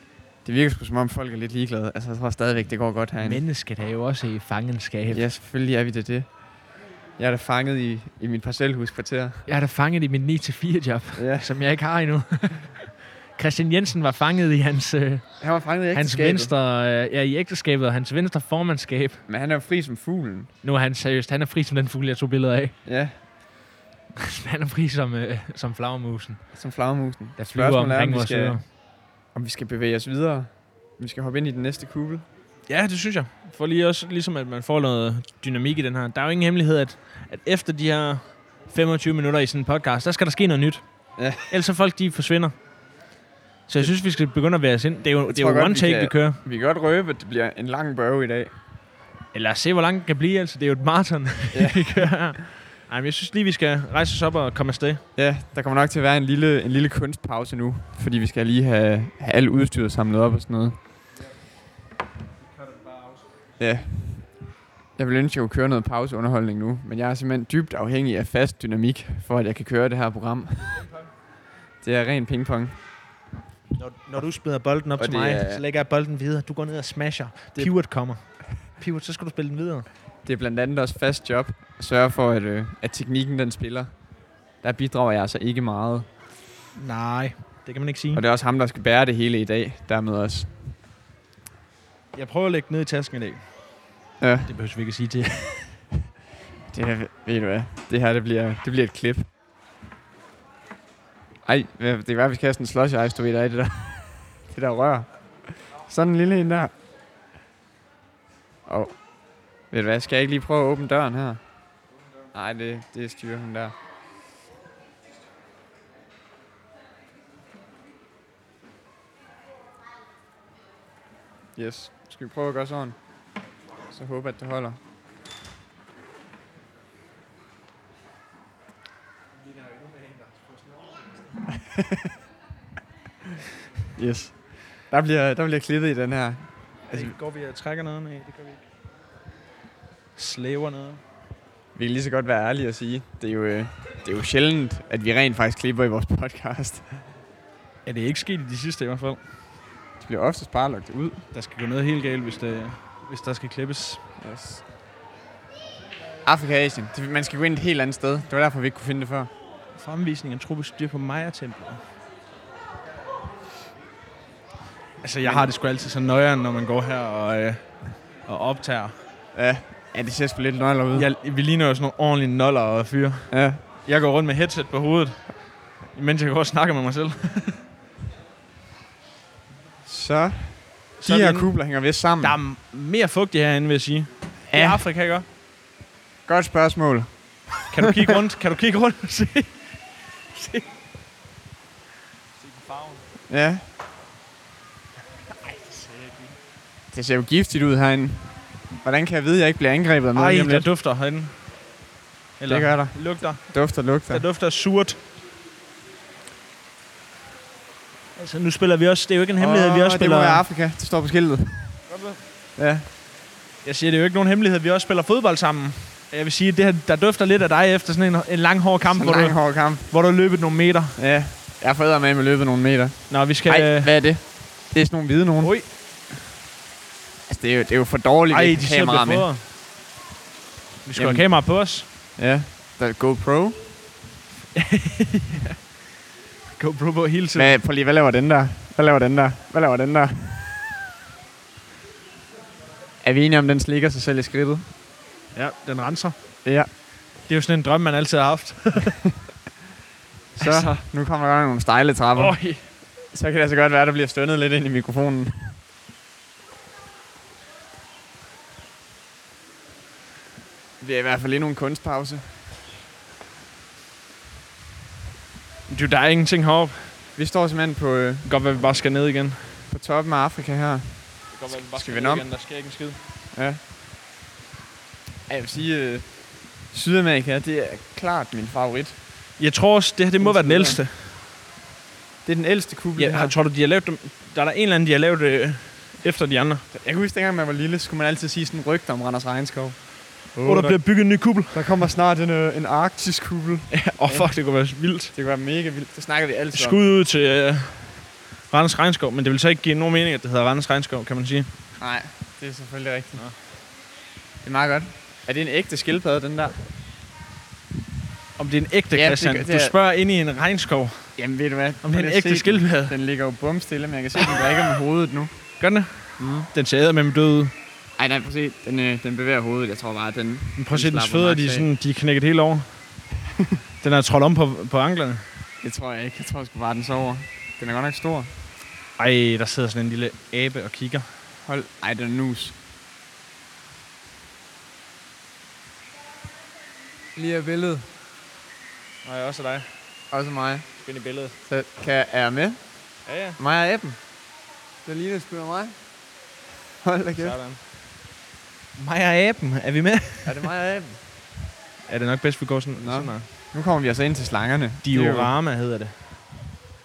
det virker sgu som om, folk er lidt ligeglade. Altså, jeg tror stadigvæk, det går godt herinde. Mennesket er jo også i fangenskab. Ja, selvfølgelig er vi det det. Jeg er da fanget i, i mit parcelhuskvarter. Jeg er da fanget i mit 9-4-job, Ja. som jeg ikke har endnu. <laughs> Christian Jensen var fanget i hans, øh, Han var fanget i hans ægteskabet. venstre, øh, ja, i ægteskabet og hans venstre formandskab. Men han er jo fri som fuglen. Nu er han seriøst, han er fri som den fugl, jeg tog billeder af. <laughs> Ja, han er fri som, øh, som flagermusen, som flagermusen. der flyver omkring om vi, vores skal, øer. om vi skal bevæge os videre. Om Vi skal hoppe ind i den næste kugle. Ja, det synes jeg. For lige også, ligesom at man får noget dynamik i den her. Der er jo ingen hemmelighed, at, at efter de her 25 minutter i sådan en podcast, der skal der ske noget nyt. Ja. Ellers så folk, de forsvinder. Så jeg synes, vi skal begynde at være os ind. Det er jo, det er tror jo godt, one vi take, kan- vi kører. Vi kan godt røbe, at det bliver en lang børge i dag. Eller lad os se, hvor langt det kan blive. Altså, det er jo et maraton, <laughs> Ja. vi kører her. Ej, men jeg synes lige, vi skal rejse os op og komme afsted. Ja, der kommer nok til at være en lille, en lille kunstpause nu, fordi vi skal lige have, have alt udstyret samlet op og sådan noget. Ja. Jeg ville ønske, at jeg kunne køre noget pauseunderholdning nu, men jeg er simpelthen dybt afhængig af fast dynamik, for at jeg kan køre det her program. det er ren pingpong. Når, når du smider bolden op Og til det mig, er- så lægger jeg bolden videre. Du går ned og smasher. Det- Pivot kommer. Pivot, så skal du spille den videre. Det er blandt andet også fast job at sørge for, at, øh, at teknikken den spiller. Der bidrager jeg altså ikke meget. Nej, det kan man ikke sige. Og det er også ham, der skal bære det hele i dag, dermed også. Jeg prøver at lægge den ned i tasken i dag. Ja. Det behøver vi ikke at sige til. Det her, ved du hvad, det her det bliver, det bliver et klip. Ej, hvad- det kan være, vi skal have sådan en slush ice, du ved, der er i det der, <laughs> det der rør. Sådan en lille en der. Og, ved du hvad, skal jeg ikke lige prøve at åbne døren her? Nej, det, det styrer hun der. Yes, skal vi prøve at gøre sådan? Så håber at det holder. Yes. Der bliver, der bliver klippet i den her. Altså, <laughs> Altså, går vi og trækker noget af? Det gør vi ikke. Slæver noget. vi kan lige så godt være ærlige og sige, det er jo, øh, det er jo sjældent, at vi rent faktisk klipper i vores podcast. Ja, det er ikke sket i de sidste i hvert fald. Det bliver oftest bare lagt ud. Der skal gå noget helt galt, hvis, det, hvis der skal klippes. Yes. Afrika og Asien. Det, man skal gå ind et helt andet sted. Det var derfor, vi ikke kunne finde det før. Fremvisning af truppestyr på Maja-templet. Altså, jeg har det sgu altid så nøjeren, når man går her og, øh, og optager. Ja, ja det ser sgu lidt nøgler ud. Jeg, vi ligner jo sådan nogle ordentlige noller og fyre. ja. Jeg går rundt med headset på hovedet, mens jeg går og snakker med mig selv. Så, de Så er vi her inde. kubler hænger vist sammen. Der er m- mere fugtigt herinde, vil jeg sige. Ja. Det er Ja. Afrika, ikke? også? Godt spørgsmål. Kan du kigge rundt? Kan du kigge rundt <laughs> og se? Se. Se farven. Ja. Det ser jo giftigt ud herinde. Hvordan kan jeg vide, at jeg ikke bliver angrebet af noget Ej, lige om der lidt? dufter herinde. Eller Det gør der. lugter. Dufter, lugter. Der dufter af surt. Altså, nu spiller vi også... Det er jo ikke en hemmelighed, vi Åh, også spiller... Det må være Afrika. Det står på skiltet. Ja. jeg siger, det er jo ikke nogen hemmelighed, vi også spiller fodbold sammen. Jeg vil sige, det her, der dufter lidt af dig efter sådan en, en lang, hård kamp, Kamp, hvor, lang, du, hård kamp. hvor du har løbet nogle meter. Ja. Jeg får med med løbet nogle meter. Nå, vi skal... Nej, øh, hvad er det? Det er sådan nogle hvide nogen. Ui. Altså, det er jo, det er jo for dårligt, Ej, at de sidder og med. bliver fodret. Vi skal have Jamen. kamera på os. Ja. Der er GoPro. GoPro på hele tiden. Hvad, prøv lige, hvad laver den der? Hvad laver den der? Hvad laver den der? Er vi enige om, den slikker sig selv i skridtet? Ja, den renser. Ja. Det er jo sådan en drøm, man altid har haft. Så, altså. nu kommer der nogle stejle trapper. Oh. Oj. Så kan det altså godt være, at der bliver stønnet lidt ind i mikrofonen. Det er i hvert fald endnu en kunstpause. Du, der er ingenting heroppe. Vi står simpelthen på, øh, Godt, hvad vi bare skal ned igen. på toppen af Afrika her. Godt, hvad vi bare skal ned igen. Der sker ikke en skid. Ja. Ja, Jeg vil sige, øh, Sydamerika, det er klart min favorit. Jeg tror også, det her det må være den ældste. Det er den ældste kuppel. Ja, det her. har- tror du, de har lavet dem? Der er der en eller anden, de har lavet øh, efter de andre. Jeg kan huske, dengang man var lille, skulle man altid sige sådan en rygte om Randers Regnskov. Åh, oh, der bliver bygget en ny <laughs> kuppel. der kommer snart en, øh, en arktisk kuppel. Det Åh, oh, fuck, det kunne være vildt. kunne være mega vildt. Det snakker vi altid om. Skud ud til øh, Randers Regnskov, men det vil så ikke give nogen mening, at det hedder Randers Regnskov, kan man sige. Nej, det er selvfølgelig rigtigt. Nå. Det er meget godt. Er det en ægte skildpadde, den der? Om det er en ægte, Ja, det ja, Christian. gør- Det, det det du er- spørger ind i en regnskov, Jamen ved du hvad? om det er Prøv en lige at se ægte den. skildpadde. Den ligger jo bumstille, men jeg kan se, at den drikker med hovedet nu. Gør den det? Mm. Den ser med død ud. Ej, nej, prøv at se. Den, øh, den bevæger hovedet. Jeg tror bare, at den... Men prøv at se, Den dens slapper fødder, maks de er, af. sådan, de er knækket helt over. den er trådt om på, på anklerne. Det tror jeg ikke. Jeg tror sgu bare, den sover. Den er godt nok stor. Ej, der sidder sådan en lille abe og kigger. Hold. Ej, den er nus. Lige af billedet. Nej, også dig. Også mig. Find i billedet. Så kan er jeg med? Ja, ja. Mig og Appen. Det ligner sgu da mig. Hold da kæft. Sådan. Mig og aben, er vi med? Er det mig og Aben? er det nok bedst, vi går sådan, Nå. sådan her. Nu kommer vi altså ind til slangerne. Diorama hedder det.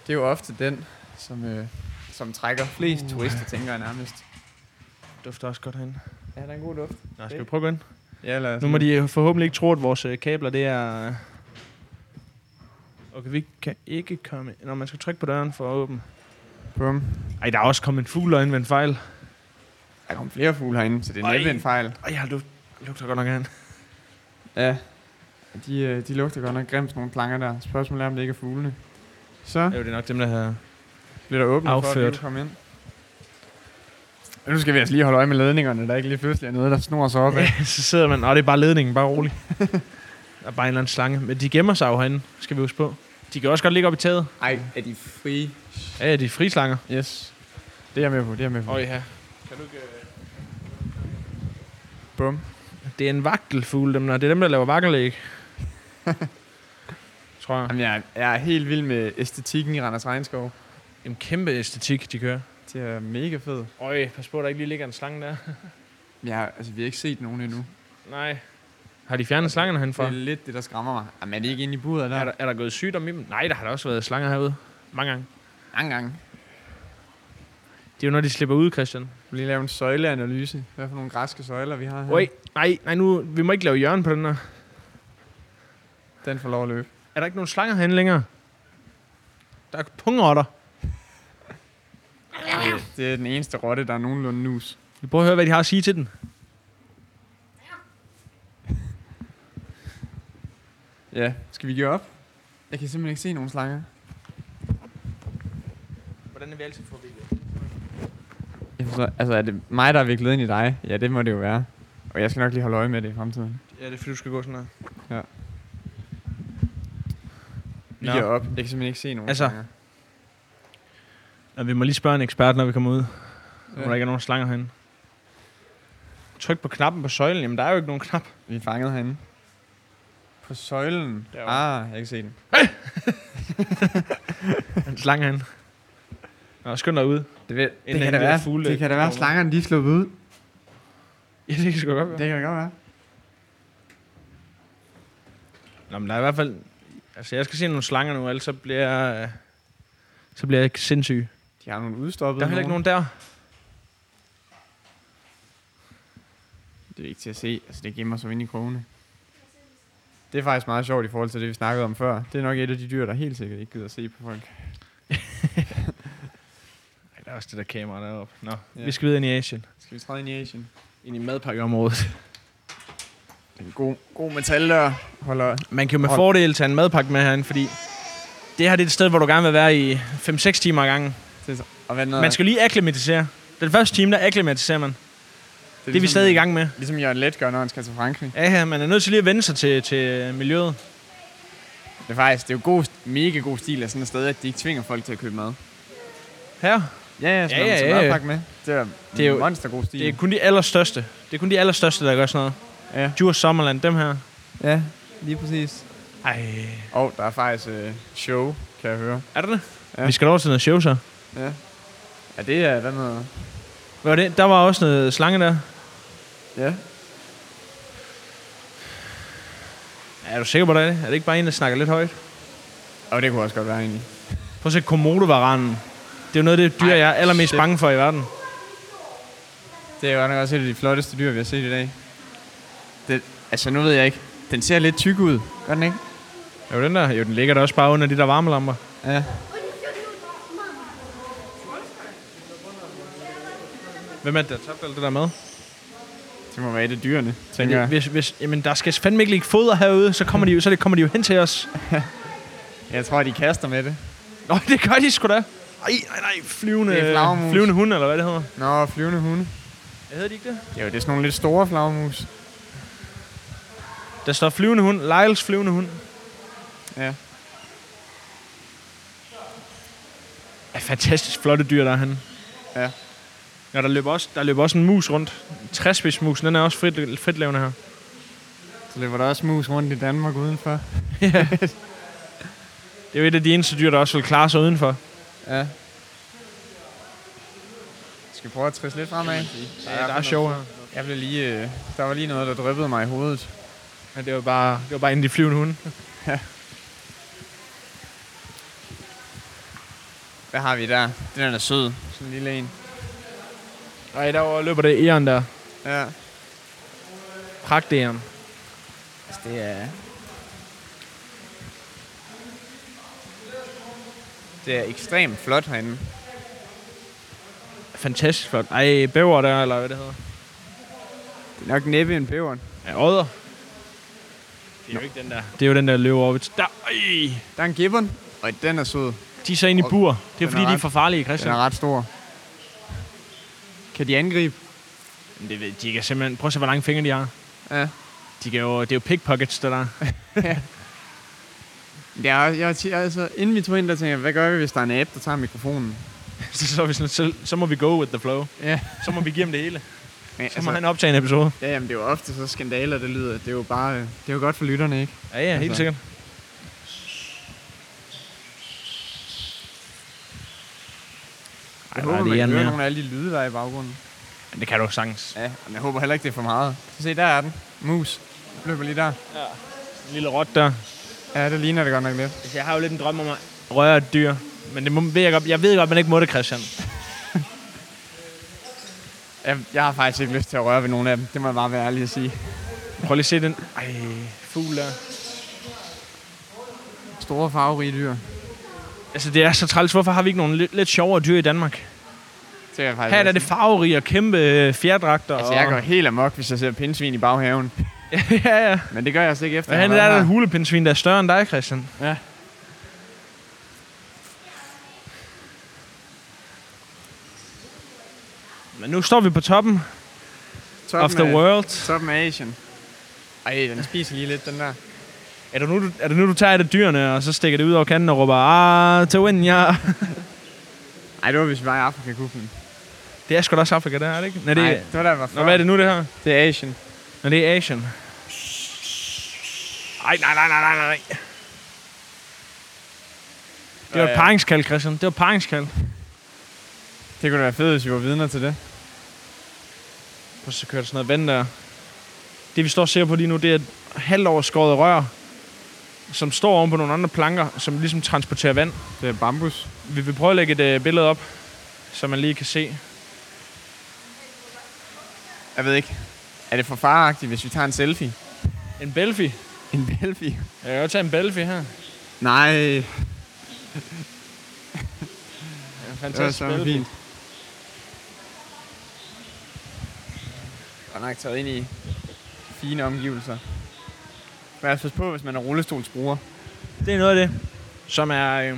Det er jo ofte den, som, øh, som trækker flest turister, tænker jeg nærmest. Dufter også godt herinde. Ja, der er en god luft. Nå, skal vi prøve igen? Ja, lad os Nu må de øh, forhåbentlig ikke tro, at vores øh, kabler, det er... Okay, vi kan ikke komme... Når man skal trykke på døren for at åbne. Bum. Ej, der er også kommet en fugl ind med en fejl. Der kom flere fugle herinde, så det er Ej. næppe en fejl. Ej, jeg lugter, lugter godt nok af den. Ja. De, øh, de lugter godt nok grimt, nogle planger der. Spørgsmålet er, om det ikke er fuglene. Så Jo, det er nok dem, der har... bliver der åbnet for, at vi Afført. kan komme ind. Nu skal vi altså lige holde øje med ledningerne, der ikke lige pludselig er noget, der snor sig op af. Ja, så sidder man... Og det er bare ledningen, bare rolig. der er bare en eller anden slange. Men de gemmer sig jo herinde, skal vi huske på. De kan også godt ligge op i taget. <laughs> Ej, er de frie? Ja, ja, de er frislanger. Yes. Det er jeg med på, det er jeg med på. Øj, ja. øh? Bum. Det er en vagtelfugl, dem der. Det er dem, der laver <laughs> vakkelæg. Tror jeg. Jamen, jeg, jeg er helt vild med æstetikken i Randers Regnskov. En kæmpe æstetik, de kører. Det er mega fedt. Øj, pas på, at der ikke lige ligger en slange der. Ja, altså, vi har ikke set nogen endnu. Nej. Har de fjernet slangerne For. henfra? Det er lidt det, der skræmmer mig. Jamen, er det ikke inde i buret der? Er der, er der gået sygdom i dem? Nej, der har der også været slanger herude. Mange gange. Mange gange. Det er jo, når de slipper ud, Christian. Jeg vil lige lave en søjleanalyse. Hvad for nogle græske søjler, vi har her? Øj, nej, nej, nu, vi må ikke lave hjørne på den her. Den får lov at løbe. Er der ikke nogen slanger herinde længere? Der er pungrotter. Det, det er den eneste rotte, der er nogenlunde nus. Vi prøver at høre, hvad de har at sige til den. Ja, skal vi give op? Jeg kan simpelthen ikke se nogen slanger. Hvordan er vi altid forvirret? Jeg forstår, altså, er det mig, der er viklet ind i dig? Ja, det må det jo være. Og jeg skal nok lige holde øje med det i fremtiden. Ja, det er fordi, du skal gå sådan her. Vi Nå. giver op. Jeg kan simpelthen ikke se nogen Altså, slanger. Og vi må lige spørge en ekspert, når vi kommer ud. Om Ja. der ikke er nogen slanger herinde. Tryk på knappen på søjlen. Jamen, der er jo ikke nogen knap. <laughs> Vi er fanget herinde. På søjlen? Derovre. Ah, jeg kan se den. En slange herinde. Nå, skynd dig ud. Det, ved, det, af kan, de da der være, fugle, det kan da der være, kommer. slangerne de er sluppet ud. Ja, det kan sgu godt være. Det kan da godt være. Nå, men der er i hvert fald... Altså, jeg skal se nogle slanger nu, ellers så bliver jeg... øh, Så bliver jeg ikke sindssyg. De har nogle udstoppede Der er heller ikke nogen der. Det er ikke til at se. Altså, det gemmer sig inde i krogene. Det er faktisk meget sjovt i forhold til det, vi snakkede om før. Det er nok et af de dyr, der helt sikkert ikke gider at se på folk. Ej, der er også det der kamera deroppe. Nå, Ja. ja. vi skal videre ind i Asien. Skal vi træde ind i Asien? Ind i madpakkeområdet. Det er en god, god metaldør. Holder. Man kan jo med Og- fordel tage en madpakke med herinde, fordi... Det her det er et sted, hvor du gerne vil være i 5-6 timer ad gangen. Det er så- Og hvad noget? Man skal jo lige akklimatisere. Den første time, der akklimatiserer man. Det det, er vi stadig i gang med. Ligesom Jørgen Let gør, når han skal til Frankrig. Ja, ja, man er nødt til lige at vende sig til, til miljøet. Det er faktisk det er jo god, mega god stil af sådan et sted, at de ikke tvinger folk til at købe mad. Her. Ja, ja, sådan Ja, ja, ja, ja, ja. ja, ja. med. Det er, Det er jo- monster god stil. Det er kun de allerstørste. Det er kun de allerstørste, der gør sådan noget. ja. Djurs Sommerland, dem her. ja, lige præcis. Ej, Og oh, der er faktisk øh, show, kan jeg høre. Er det det? Ja. Ja. Vi skal over til noget show, så. Ja. Ja, det er, hvad med... Hvad var det? Der var også noget slange der. Ja. Er du sikker på det? Er det ikke bare en, der snakker lidt højt? Og det kunne også godt være egentlig. Prøv at se komodovaranen. Det er jo noget af det dyr, Ej, jeg er allermest shit. bange for i verden. Det er jo godt nok også et af de flotteste dyr, vi har set i dag. Det, altså, nu ved jeg ikke. Den ser lidt tyk ud. Gør den ikke? Jo, den der. Jo, den ligger der også bare under de der varmelamper. Ja. Hvem er det, der tabte alt det der med? Det må være et af dyrene, tænker Ja. jeg. Hvis, hvis, jamen, der skal fandme ikke ligge foder herude, så kommer de, jo- så det kommer de jo hen til os. Jeg tror, de kaster med det. Nå, det gør de sgu da. Ej, nej, nej. Flyvende, Det er flagermus. flyvende hund, eller hvad det hedder. Nå, flyvende hunde. Jeg hedder de ikke det? Jo, det er sådan nogle lidt store flagmus. Der står flyvende hund. Lyles flyvende hund. Ja. Ja, fantastisk flotte dyr, der er han. Ja. Ja, der løber også, der løber også en mus rundt. Træspidsmusen, den er også frit, fritlevende her. Så løber der også mus rundt i Danmark udenfor. Det er jo et af de eneste dyr, der også vil klare sig udenfor. Ja. Skal vi prøve at trisse lidt fremad? Ja, der er sjov her. Jeg blev lige, øh, der var lige noget, der dryppede mig i hovedet. Men det var bare, det var bare inden de flyvende hunde. Hvad har vi der? Den er da sød. Sådan en lille en. Nej, derovre løber det æren der. Ja. Pragt æren. Altså, det er... Det er ekstremt flot herinde. Fantastisk flot. Ej, bæver der, eller hvad det hedder. Det er nok næppe en bæver. Ja, odder. Det er jo ikke den der. Det er jo den der løber over. Der, Ej, Der er en gibbon, og den er sød. de er så inde i Og bur. Det den er er fordi, de er ret- for farlige, Den Christian. er ret stor. Kan de angribe? Men Det ved, de kan simpelthen... Prøv at se, hvor lange fingre de har. Ja. De kan jo, det er jo pickpockets, det der. <laughs> Det er, jeg, er ti- altså, inden vi tog ind, der tænkte jeg, hvad gør vi, hvis der er en app, der tager mikrofonen? så, så, er vi sådan, så, så må vi go with the flow. Ja. Så må vi give dem det hele. Men, Så altså, må han optage en episode. ja, jamen, det er jo ofte så skandaler, det lyder. Det er jo bare, øh, det er jo godt for lytterne, ikke? Ja, ja, helt Altså. sikkert. Jeg nej, håber, det er man kan en høre mere. nogle af alle de lyde, der er i baggrunden. Men det kan du sagtens. Ja, men jeg håber heller ikke, det er for meget. Så se, der er den. Mus. Løber lige der. En lille rot der. Ja, det ligner det godt nok lidt. Altså, jeg har jo lidt en drøm om at røre et dyr. Men det må, ved jeg, godt, jeg ved godt, man ikke må det, Christian. Jeg, jeg har faktisk ikke lyst til at røre ved nogen af dem. Det må jeg bare være ærlig at sige. Prøv lige at se den. Ej, fugl der. Store farverige dyr. Altså, det er så træls. Hvorfor har vi ikke nogle lidt, lidt sjovere dyr i Danmark? Det er jeg faktisk Her er også- det farverige og kæmpe øh, fjerdragter. Altså, jeg går og... helt amok, hvis jeg ser pindsvin i baghaven. <laughs> ja, ja. Men det gør jeg altså ikke efter. Hvad jeg han har er der været et hulepindsvin, der er større end dig, Christian? Ja. Men nu står vi på toppen her. Top Toppen of the af- world. Toppen af Asien. Ej, den spiser lige lidt, den der. Er det, nu, du, er det nu, du tager et af dyrene, og så stikker det ud over kanten og råber, ah, til wind, ja. Ej, det var, hvis vi var i Afrika-kuflen. Det er sgu da også Afrika, der er det ikke? Nej, det, Nej, Ej. det var der, jeg var Nå, hvad er det nu, det her? Det er Asien. Nå, det er Asien. Ej, nej, nej, nej, nej, nej. Øh. Det var Ja, et ja. paringskald, Christian. Det var et paringskald. Det kunne da være fedt, hvis vi var vidner til det. Prøv at så kører der sådan noget vand der. Det vi står og ser på lige nu, det er et halvt overskåret rør, som står oven på nogle andre planker, som ligesom transporterer vand. Det er bambus. Vi vil prøve at lægge et øh, billede op, så man lige kan se. Jeg ved ikke. Er det for faragtigt, hvis vi tager en selfie? En belfi. En <laughs> selfie? Jeg kan godt tage en belfi her. Nej, En det var fantastisk så belfi. fint. Jeg har nok taget ind i fine omgivelser. Men altså pas på, hvis man er rullestolsbruger. Det er noget af det, som er... Øh,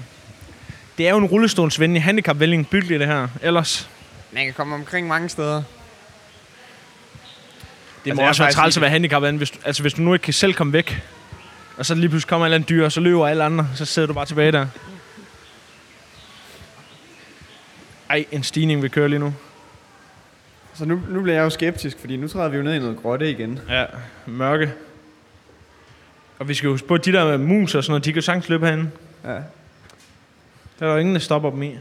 det er jo en rullestolsvenlig handicapvælling bygget det her. Ellers, Man kan komme omkring mange steder. Altså, det altså, jeg må er også være faktisk træls ikke- at være handicappet. Hvis, du- altså, hvis du nu ikke kan selv komme væk, og så lige pludselig kommer en eller anden dyr, og så løber alle andre, så sidder du bare tilbage der. Ej, en stigning vi kører lige nu. Så nu, nu bliver jeg jo skeptisk, fordi nu træder vi jo ned i noget grotte igen. Ja, mørke. Og vi skal jo huske på, at de der med mus og sådan noget, de kan jo sagtens løbe herinde. Ja. Der er der jo ingen, der stopper dem i. Ej,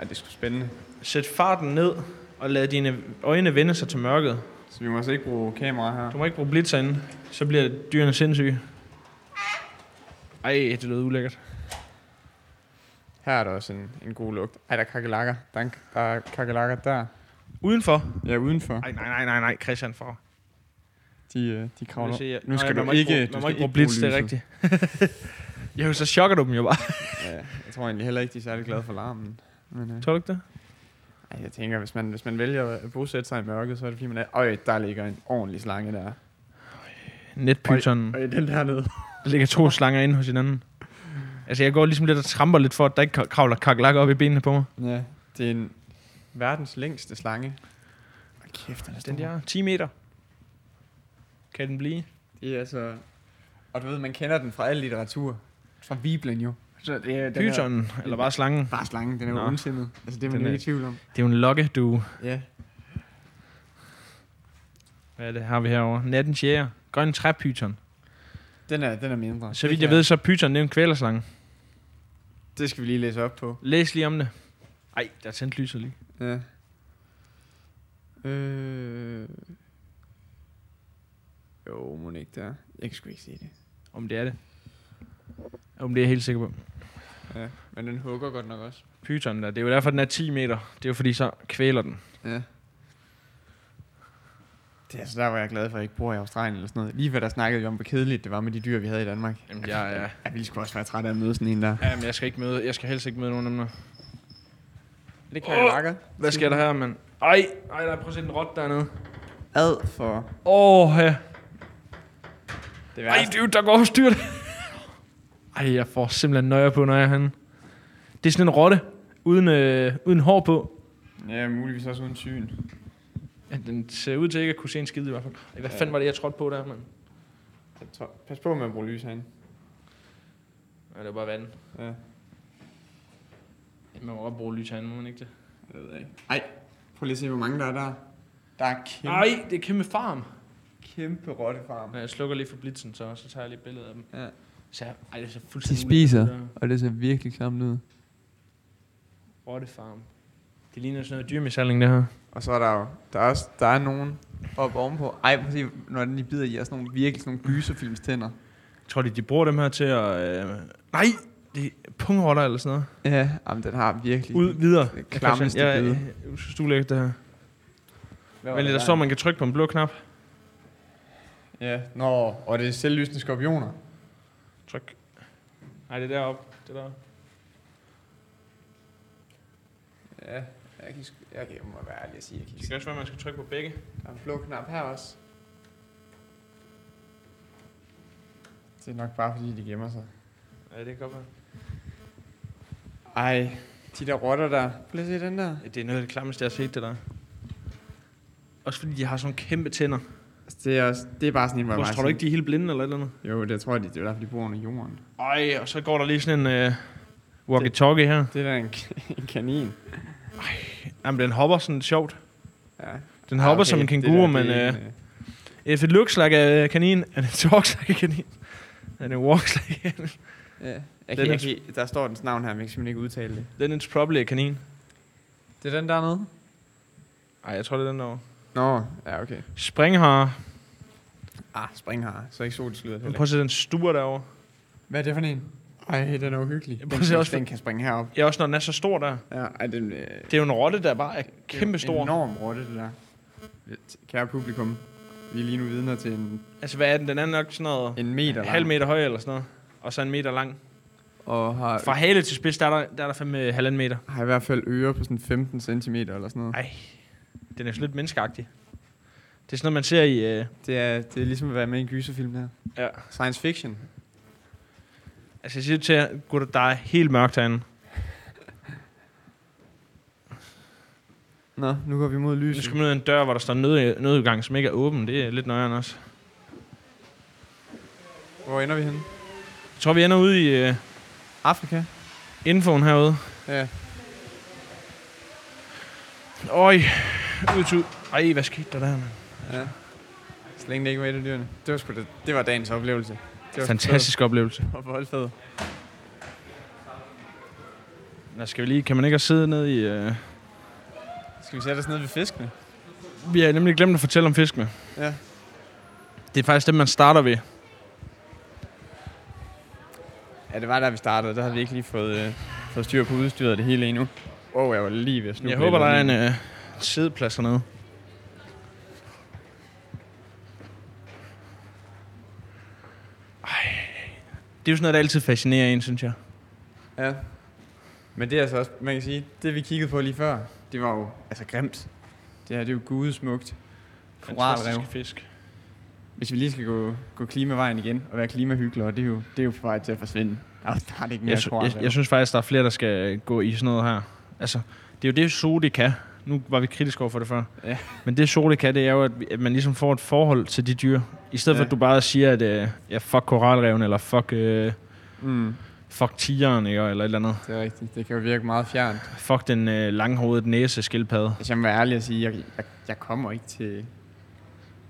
det er sgu spændende. Sæt farten ned og lad dine øjne vende sig til mørket. Så vi må altså ikke bruge kamera her. Du må ikke bruge blitz herinde, så bliver dyrene sindssyge. Ej, det lød ulækkert. Her er der også en, en god lugt. Ej, der er kakelakker. Der er, en, der er kakelakker der. Udenfor? Ja, udenfor. Nej, nej, nej, nej, nej, Christian, for. De, øh, de kravler. se, jeg- nu skal nej, man du må ikke... bruge- du man må skal ikke bruge blitz, det er lyset. rigtigt. <laughs> jo, så chokker du dem jo bare. Ja, jeg tror egentlig heller ikke, de er særlig glade for larmen. Men, øh, Tror du ikke det? ej, jeg tænker, hvis man, hvis man vælger at bosætte sig i mørket, så er det fordi, man er... Øj, der ligger en ordentlig slange der. Netpytonen. Øj, den dernede. Mm. Der ligger to slanger inde hos hinanden. Altså, jeg går ligesom lidt og tramper lidt for, at der ikke ka- kravler kakelakker op i benene på mig. Ja, det er en verdens længste slange. Hold kæft, den er stor. Altså, Den der, 10 meter. Kan den blive? Det er altså... Og du ved, man kender den fra al litteratur. Fra Bibelen jo. Så det er, den er Pytonen, eller bare slangen. bare slangen, den er jo Nå. ondsindet. Altså det er man Den er- ikke i tvivl om. Det er jo en lokke, du. Ja. Hvad er det, har vi herovre? Natten tjære. Grøn træpyton. Den er, den er mindre. Så Det vidt kan- jeg ved, så er pyton, det er en kvælerslange. Det skal vi lige læse op på. Læs lige om det. Ej, der er tændt lyset lige. Ja. Øh... Jo, må ikke der. Jeg kan sgu ikke se det. Om det er det. Om det er jeg helt sikker på. Ja, men den hugger godt nok også. Python der, det er jo derfor, den er 10 meter. Det er jo fordi, så kvæler den. Ja. Det er altså der, hvor jeg er glad for, at jeg ikke bor i Australien eller sådan noget. Lige før der snakkede vi om, hvor kedeligt det var med de dyr, vi havde i Danmark. Jamen, jeg, er- Jeg ville sgu også være træt af at møde sådan en der. ja, men jeg skal, ikke møde, jeg skal helst ikke møde nogen af dem der. Det kan jeg lakke. Hvad sker der her, mand? Ej, ej, der er prøv at se den rot dernede. Ad for Åh, oh, ja. det Ej, dude, der går styrt. Ej, jeg får simpelthen nøjer på, når jeg er henne. Det er sådan en rotte, uden, øh, uden hår på. Ja, muligvis også uden syn. Ja, den ser ud til ikke at kunne se en skid i hvert fald. Ej, hvad Ja. fanden var det, jeg trådte på der, mand? Jeg tror, pas på med at bruge lys herinde. Ja, det var bare vand. Ja, Man må godt bruge lys herinde, må man ikke det? jeg ved ikke. Ej, prøv lige at se, hvor mange der er der. Der er kæmpe, Nej, det er kæmpe farm. kæmpe rottefarm. Ja, jeg slukker lige for blitzen, så, så tager jeg lige et billede af dem. Ja. Så jeg, ej, det ser De fuldstændig spiser, og det ser virkelig klamt ud. Rottefarm. Det ligner sådan noget dyrmishandling, det her. Og så er der jo, der er, også, der er nogen oppe ovenpå. Ej, prøv at se, når den lige bider i, er sådan nogle virkelig sådan nogle gyserfilms tænder. Tror de, de bruger dem her til at... Øh, nej, det er pungrotter eller sådan noget. Ja, jamen, den har virkelig... Ud videre. Det klammeste jeg, jeg, billede. jeg, jeg synes, du lægger det her. Hvad var Men det der står, man kan trykke på en blå knap. Ja, nå, og det er selvlysende skorpioner. Tryk. Nej, det er deroppe. Det er deroppe. Ja, jeg, kan, sgu- jeg, kan- jeg må være ærlig at sige, jeg kan Det ikke kan også være, man skal trykke på begge. Der er en blå knap her også. Det er nok bare, fordi de gemmer sig. Ja, det kan godt være. Ej, de der rotter der. Prøv lige at se den der. Ja, Det er noget af det klammeste, jeg har set det der. Også fordi de har sådan nogle kæmpe tænder. Altså, det, er også, det er bare sådan en, hvor jeg Hvor bare tror du ikke, sådan- de er helt blinde eller et eller andet? Jo, det tror jeg, de, det er derfor, de bor under jorden. Ej, og så går der lige sådan en øh, walkie-talkie her. Det er da en, k- en kanin. Jamen, den hopper sådan sjovt. Ja. Den hopper som en kænguru, men øh, if it looks like a kanin, and it talks like a kanin, and it walks like a ja. den Jeg kan, er jeg kan, der står dens navn her, men jeg kan simpelthen ikke udtale det. then it's probably a kanin. Det er den dernede? Ej, jeg tror, det er den derovre. Nå, ja, okay. Springhare. Ah, spring her. Så eksotisk lyder det Prøv at se den stuer derovre. Hvad er det for en? Ej, den er uhyggelig. Prøv at se Den- også- Den kan springe herop. Ja, også når den er så stor der. Ja, ej, den, øh, Det er jo en rotte, der bare er kæmpe En stor. enorm rotte, det der. Kære publikum, vi er lige nu vidner til en, Altså, hvad er den? Den er nok sådan noget en meter en lang. halv meter høj eller sådan noget. Og så en meter lang. Og har, Fra hale til spids, der er der, der, er der fandme halvanden meter. har i hvert fald ører på sådan 15 cm eller sådan noget. Ej, den er sådan lidt menneskeagtig. Det er sådan noget, man ser i... Øh, Det er, det er ligesom at være med i en gyserfilm der. Ja. Science fiction. altså, jeg siger det til jer, gutter, der er helt mørkt herinde. Nå, nu går vi mod Nu lyset. skal man ud af en dør, hvor der står nød, nødudgang, som ikke er åben. Det er lidt nøjeren også. Hvor ender vi henne? Jeg tror, vi ender ude i øh, Afrika. infoen herude. Ja. Øj, ud til... Ej, hvad skete der der, mand? ja. Så længe det ikke var et af dyrene. Det var sgu da, det var dagens oplevelse. Det var Fantastisk oplevelse. Og voldfed. Nå, skal vi lige... Kan man ikke også sidde ned i... Øh, Skal vi sætte os ned ved fiskene? Vi har nemlig glemt at fortælle om fiskene. Ja. Det er faktisk dem, man starter ved. Ja, det var der, vi startede. Der havde vi ikke lige fået, øh, fået styr på udstyret og det hele endnu. Wow, jeg var lige ved at snuppe. Jeg lidt håber, der er oveni. en øh, sideplads hernede. Ej. Det er jo sådan noget, der altid fascinerer en, synes jeg. Ja. Men det er altså også, man kan sige, det vi kiggede på lige før, det var jo altså grimt. Det her, det er jo gudesmukt. Koralrev. Fantastiske fisk. Hvis vi lige skal gå, gå klimavejen igen og være klimahyglere, det er jo, det er jo på vej til at forsvinde. Der er snart ikke mere Jeg, sy- jeg, jeg synes faktisk, der er flere, der skal gå i sådan noget her. Altså, det er jo det, Sodi kan. Nu var vi kritiske over for det før. Ja. Men det, Sodi kan, det er jo, at, vi- at man ligesom får et forhold til de dyr. I stedet ja. for, Ja. at du bare siger, at øh, ja, fuck koralreven, eller fuck, øh, mm, fuck tigeren, ikke? eller et eller andet. det er rigtigt. Det kan jo virke meget fjernt. Fuck den øh, langhovedet næse skildpadde. Hvis Altså, jeg må være ærlig og sige, jeg, jeg, jeg kommer ikke til,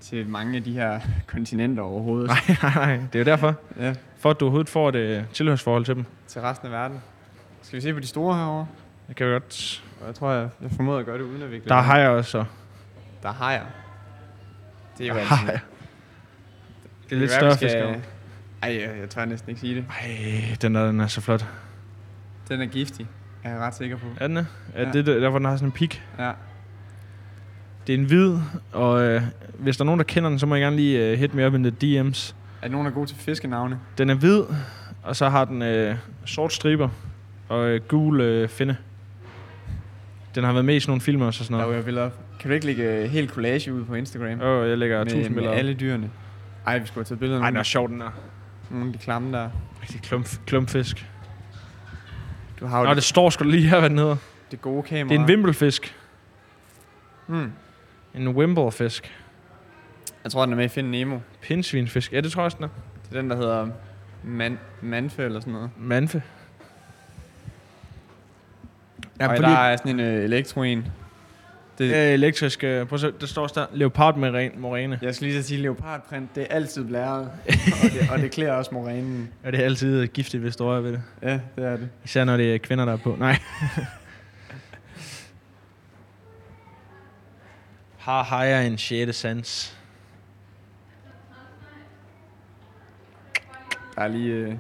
til mange af de her <laughs> kontinenter overhovedet. Nej, nej, nej. Det er jo derfor. Ja, For at du overhovedet får et øh, tilhørsforhold til dem. til resten af verden. Skal vi se på de store herovre? Det kan vi godt. Og Jeg tror, jeg, jeg formoder at gøre det uden at vikle. Der har jeg også. Der har jeg. Det er jo Der altid. har jeg. Det er lidt kan større være, fisk. vi skal- Skal... Ej, jeg, jeg tør næsten ikke sige det. Ej, den der, den er så flot. Den er giftig, er jeg ret sikker på. Er den det? Er Ja. det der, hvor den har sådan en pik? Ja. Det er en hvid, og øh, hvis der er nogen, der kender den, så må I gerne lige øh, hit me up in the DM's. Er nogen, der er god til fiskenavne? Den er hvid, og så har den øh, sort striber og øh, gul øh, finde. Den har været med i sådan nogle filmer og sådan Der noget. er jo billeder. op. Kan du ikke lægge øh, helt collage ud på Instagram? Åh, oh, jeg lægger med, tusind med billeder. op. alle dyrene. Ej, vi skulle have taget billeder af Ej, den er nogle, sjov, den er. nogle af de klamme der. Rigtig klump, klumpfisk. Du har jo Nå, det det, står sgu da lige her, hvad den hedder. det gode kamera. Det er en vimpelfisk. Mm. En wimblefisk. Jeg tror, den er med i Find Nemo. Pindsvinfisk. Ja, det tror jeg også, den er. Det er den, der hedder man, Manfe eller sådan noget. Manfe. Ja, og fordi- der er sådan en øh, elektro en. Det, Ja, elektrisk. øh, Prøv at se, der står også der. Leopard med ren moræne. Jeg skal lige så sige, leopardprint, det er altid <laughs> blæret. og, det, og det klæder også morænen. Og det er altid giftigt, hvis du rører ved det. Ja, det er det. Især når det er kvinder, der er på. <laughs> Nej. Har hajer en sjette sans. Der er lige... Øh,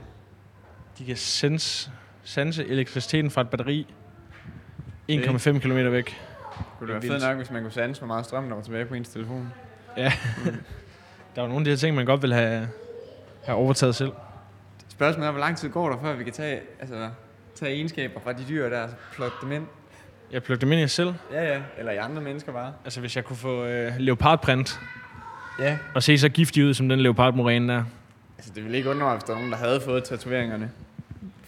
De kan sense, sanse elektriciteten fra et batteri 1,5 km væk. kunne det være vildt. fedt nok, hvis man kunne sanse, hvor meget strøm der var tilbage på ens telefon. Der er jo nogle af de her ting, man godt vil have, have overtaget selv. Spørgsmålet er, hvor lang tid går der, før vi kan tage, altså, tage egenskaber fra de dyr der, og så plukke dem ind? Jeg plukker dem ind i jer selv. Ja, ja. Eller i andre mennesker bare. Altså, hvis jeg kunne få øh, leopardprint Ja. og se så giftig ud som den leopardmoræne der. Altså, det ville ikke undre mig, hvis der var nogen, der havde fået tatoveringerne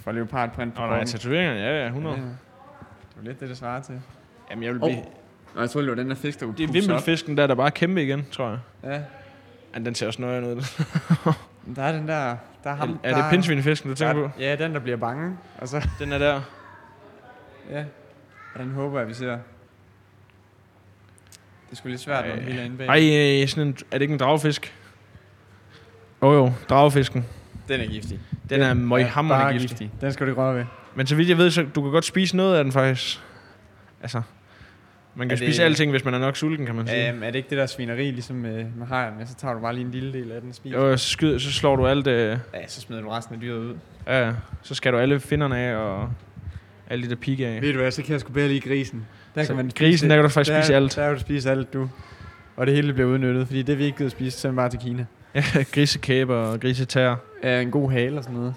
fra leopardprint. på Åh oh, nej, kroppen. tatoveringerne, ja, ja, 100. Ja, ja. Det var lidt det, det svarer til. Jamen, jeg vil Åh. blive... Oh, Nå, jeg troede, det var den der fisk, der kunne det er pusse op. vimmelfisken der, der bare er kæmpe igen, tror jeg. Ja. Men den ser også nøjeren ud. Men Der er den der... Der er, ham, Ham, er der, det pindsvinefisken, du tænker der, på? Ja, den, der bliver bange. Og så... Den er der. Ja. Og den håber jeg, vi ser. Det skulle lidt svært, når Ej. den hele er inde bag. Ej, øh, sådan en, er det ikke en dragefisk? Åh oh, jo, dragefisken. Den er giftig. Den er møghammerende bare giftig. giftig. Den skal du ikke røre ved. Men så vidt jeg ved, så du kan godt spise noget af den faktisk. Altså, man kan Er det... det- spise alting, hvis man er nok sulten, kan man sige. Øhm, er det ikke det der svineri, ligesom med, med hajerne, men så tager du bare lige en lille del af den og spiser? Jo, så, skyder, så slår du alt... Øh, Ja, så smider du resten af dyret ud. Ja, ja. så skal du alle finderne af og alle de der pigge af. Ved du hvad, så kan jeg sgu bedre lige grisen. Der Så grisen, der kan du faktisk der, spise alt. Der kan du spise alt, du. Og det hele bliver udnyttet, fordi det vi ikke gider spise, sender bare til Kina. Ja, <laughs> grisekæber og grisetær. Ja, en god hale og sådan <laughs> noget.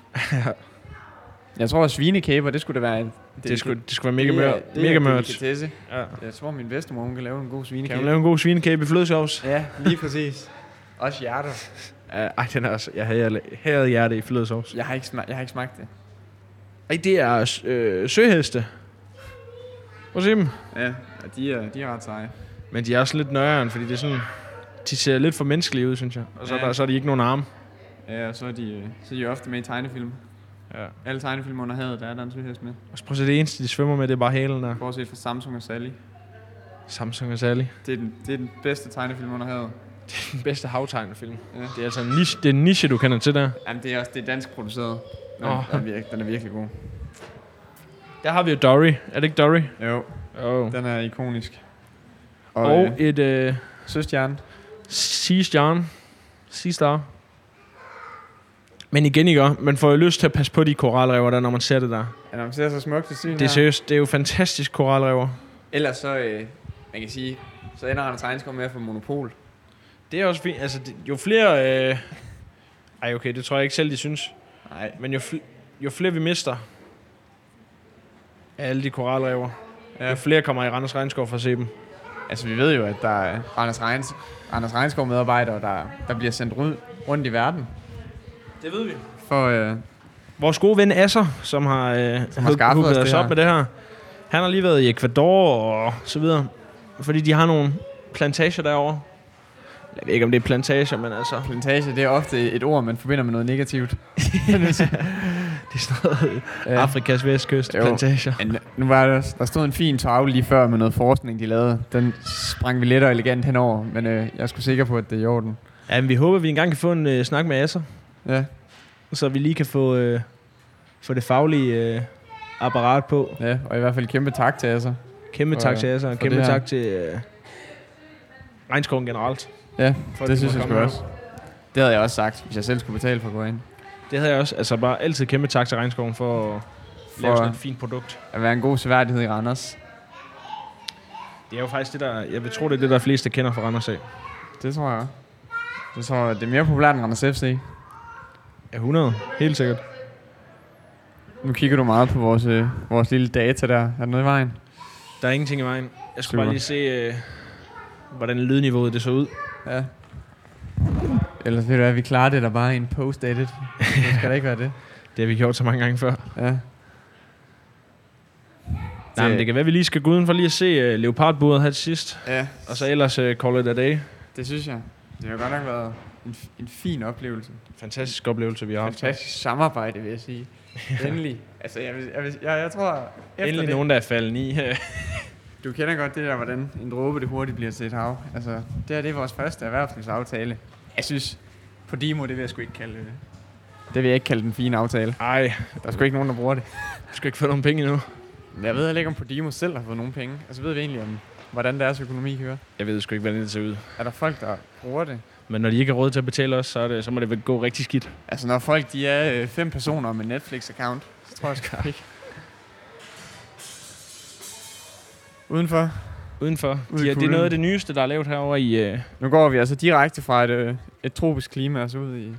jeg tror, at svinekæber, det skulle da være... en- Det, det, skulle, det skulle være det mega er- mørkt. det er Mega en mørkt. delikatesse. Ja. Jeg tror, min bedstemor, hun kan lave en god Kan man svinekæbe. lave en god svinekæbe i flødesovs? Ja, lige præcis. Også hjerter. Ja, ej, den er også... Jeg havde, havde hjerte i flødesovs. Jeg har ikke, smag, jeg har ikke smagt det. Ej, det er øh, søheste. Prøv at se dem. Ja, og de er, de er ret seje. Men de er også lidt nøjeren, fordi det er sådan... De ser lidt for menneskelige ud, synes jeg. Og så, ja. Ja. der, så er de ikke nogen arme. Ja, og så er de, øh, så er de ofte med i tegnefilm. Ja. Alle tegnefilm under havet, der er der en søhest med. Og så prøv at se, det eneste, de svømmer med, det er bare hælen der. Bortset fra Samsung og Sally. Samsung og Sally. Det er den, det er den bedste tegnefilm under havet. Den bedste havtegnefilm. Ja. Det er altså en niche, det er en niche, du kender til der. Jamen, det er også det er dansk produceret. Den, Åh. oh. den, er virke, den er virkelig god. Der har vi jo Dory. Er det ikke Dory? Jo, Oh. den er ikonisk. Og, Og øh, et øh, Søstjernen. Sea Stjerne. Sea Star. Men igen, ikke? Man får jo lyst til at passe på de koralrever der, når man ser det der. Ja, når man ser så smukt til syn Det er seriøst, det er jo fantastisk koralrever. Ellers så, øh, man kan sige, så ender Anders Regnskov med at få monopol. Det er også fint. Altså, det, jo flere... Øh... Ej, okay, det tror jeg ikke selv, de synes. Nej. Men jo, fl- jo flere vi mister af alle de koralrever, ja. Ja. jo flere kommer i Randers Regnskov for at se dem. Altså, vi ved jo, at der er Anders, Regns, Anders Regnskov medarbejdere, der, der bliver sendt rundt, rundt i verden. Det ved vi. For, øh, Vores gode ven Asser, som har, øh, Som har skaffet os hugget det os op her. med det her, han har lige været i Ecuador og så videre, fordi de har nogle plantager derovre. Jeg ved ikke, om det er plantager, men altså... <laughs> plantage, det er ofte et ord, man forbinder med noget <laughs> negativt. Øh, Det er sådan noget Ja. Afrikas vestkyst, Jo. plantager. Men nu var der, der stod en fin tavle lige før med noget forskning, de lavede. Den sprang vi let og elegant henover, men øh, jeg er sgu sikker på, at det er i orden. Ja, men vi håber, vi engang kan få en øh, snak med Asser, Ja, så vi lige kan få, øh, få det faglige øh, apparat på. ja og i hvert fald kæmpe tak til Asser. Kæmpe For- tak til Asser, og for kæmpe det her. tak til øh, regnskoven generelt. Ja, for at de det synes måtte jeg sgu komme også. Det havde jeg også sagt, hvis jeg selv skulle betale for at gå ind. Det havde jeg også. Altså bare altid kæmpe tak til Regnskoven for at for lave sådan et fint produkt. at være en god seværdighed i Randers. Det er jo faktisk det, der... Jeg vil tro, det er det, der er flest, der kender fra Randers af. Det tror jeg. Det tror jeg, det er mere populært end Randers FC. Ja, 100. Helt sikkert. Nu kigger du meget på vores, øh, vores lille data der. Er der noget i vejen? Der er ingenting i vejen. Jeg skulle Super. bare lige se, øh, hvordan lydniveauet det så ud. Ja. Ellers ved du hvad, vi klarer det der bare i en <laughs> post-edit. Det skal da ikke være det. Det har vi gjort så mange gange før. Ja. Nej, men det kan være, vi lige skal gå uden for lige at se uh, leopardburet her til sidst. Ja, Og så ellers uh, call it a day. det synes jeg. Det har godt nok været en, f- en fin oplevelse. Fantastisk oplevelse, vi har haft. Fantastisk samarbejde, vil jeg sige. Endelig. Altså, jeg, vil- jeg, vil- jeg, jeg tror... Efter Endelig det, nogen, der er faldet i. <laughs> det Du kender godt det der, hvordan en dråbe det hurtigt bliver til et hav. Altså, det her det er vores første erhvervslivsaftale. Jeg synes, på Dimo, det vil jeg sgu ikke kalde det. Det vil jeg ikke kalde den fine aftale. Ej, Der er sgu ikke nogen, der bruger det. du skal ikke få nogen penge endnu. Jeg ved heller ikke, om Podimo selv har fået nogen penge. Altså ved vi egentlig, om, hvordan deres økonomi kører. Jeg ved sgu ikke, hvordan det ser ud. Er der folk, der bruger det? Men når de ikke har råd til at betale os, så, er det, så må det vel gå rigtig skidt. Altså når folk de er øh, fem personer med Netflix-account, så tror jeg sgu ikke. Udenfor. Udenfor. Ude i De, er- det er kulden. noget af det nyeste, der er lavet herover i, uh, Nu går vi altså direkte fra et, øh, et tropisk klima og så ud i...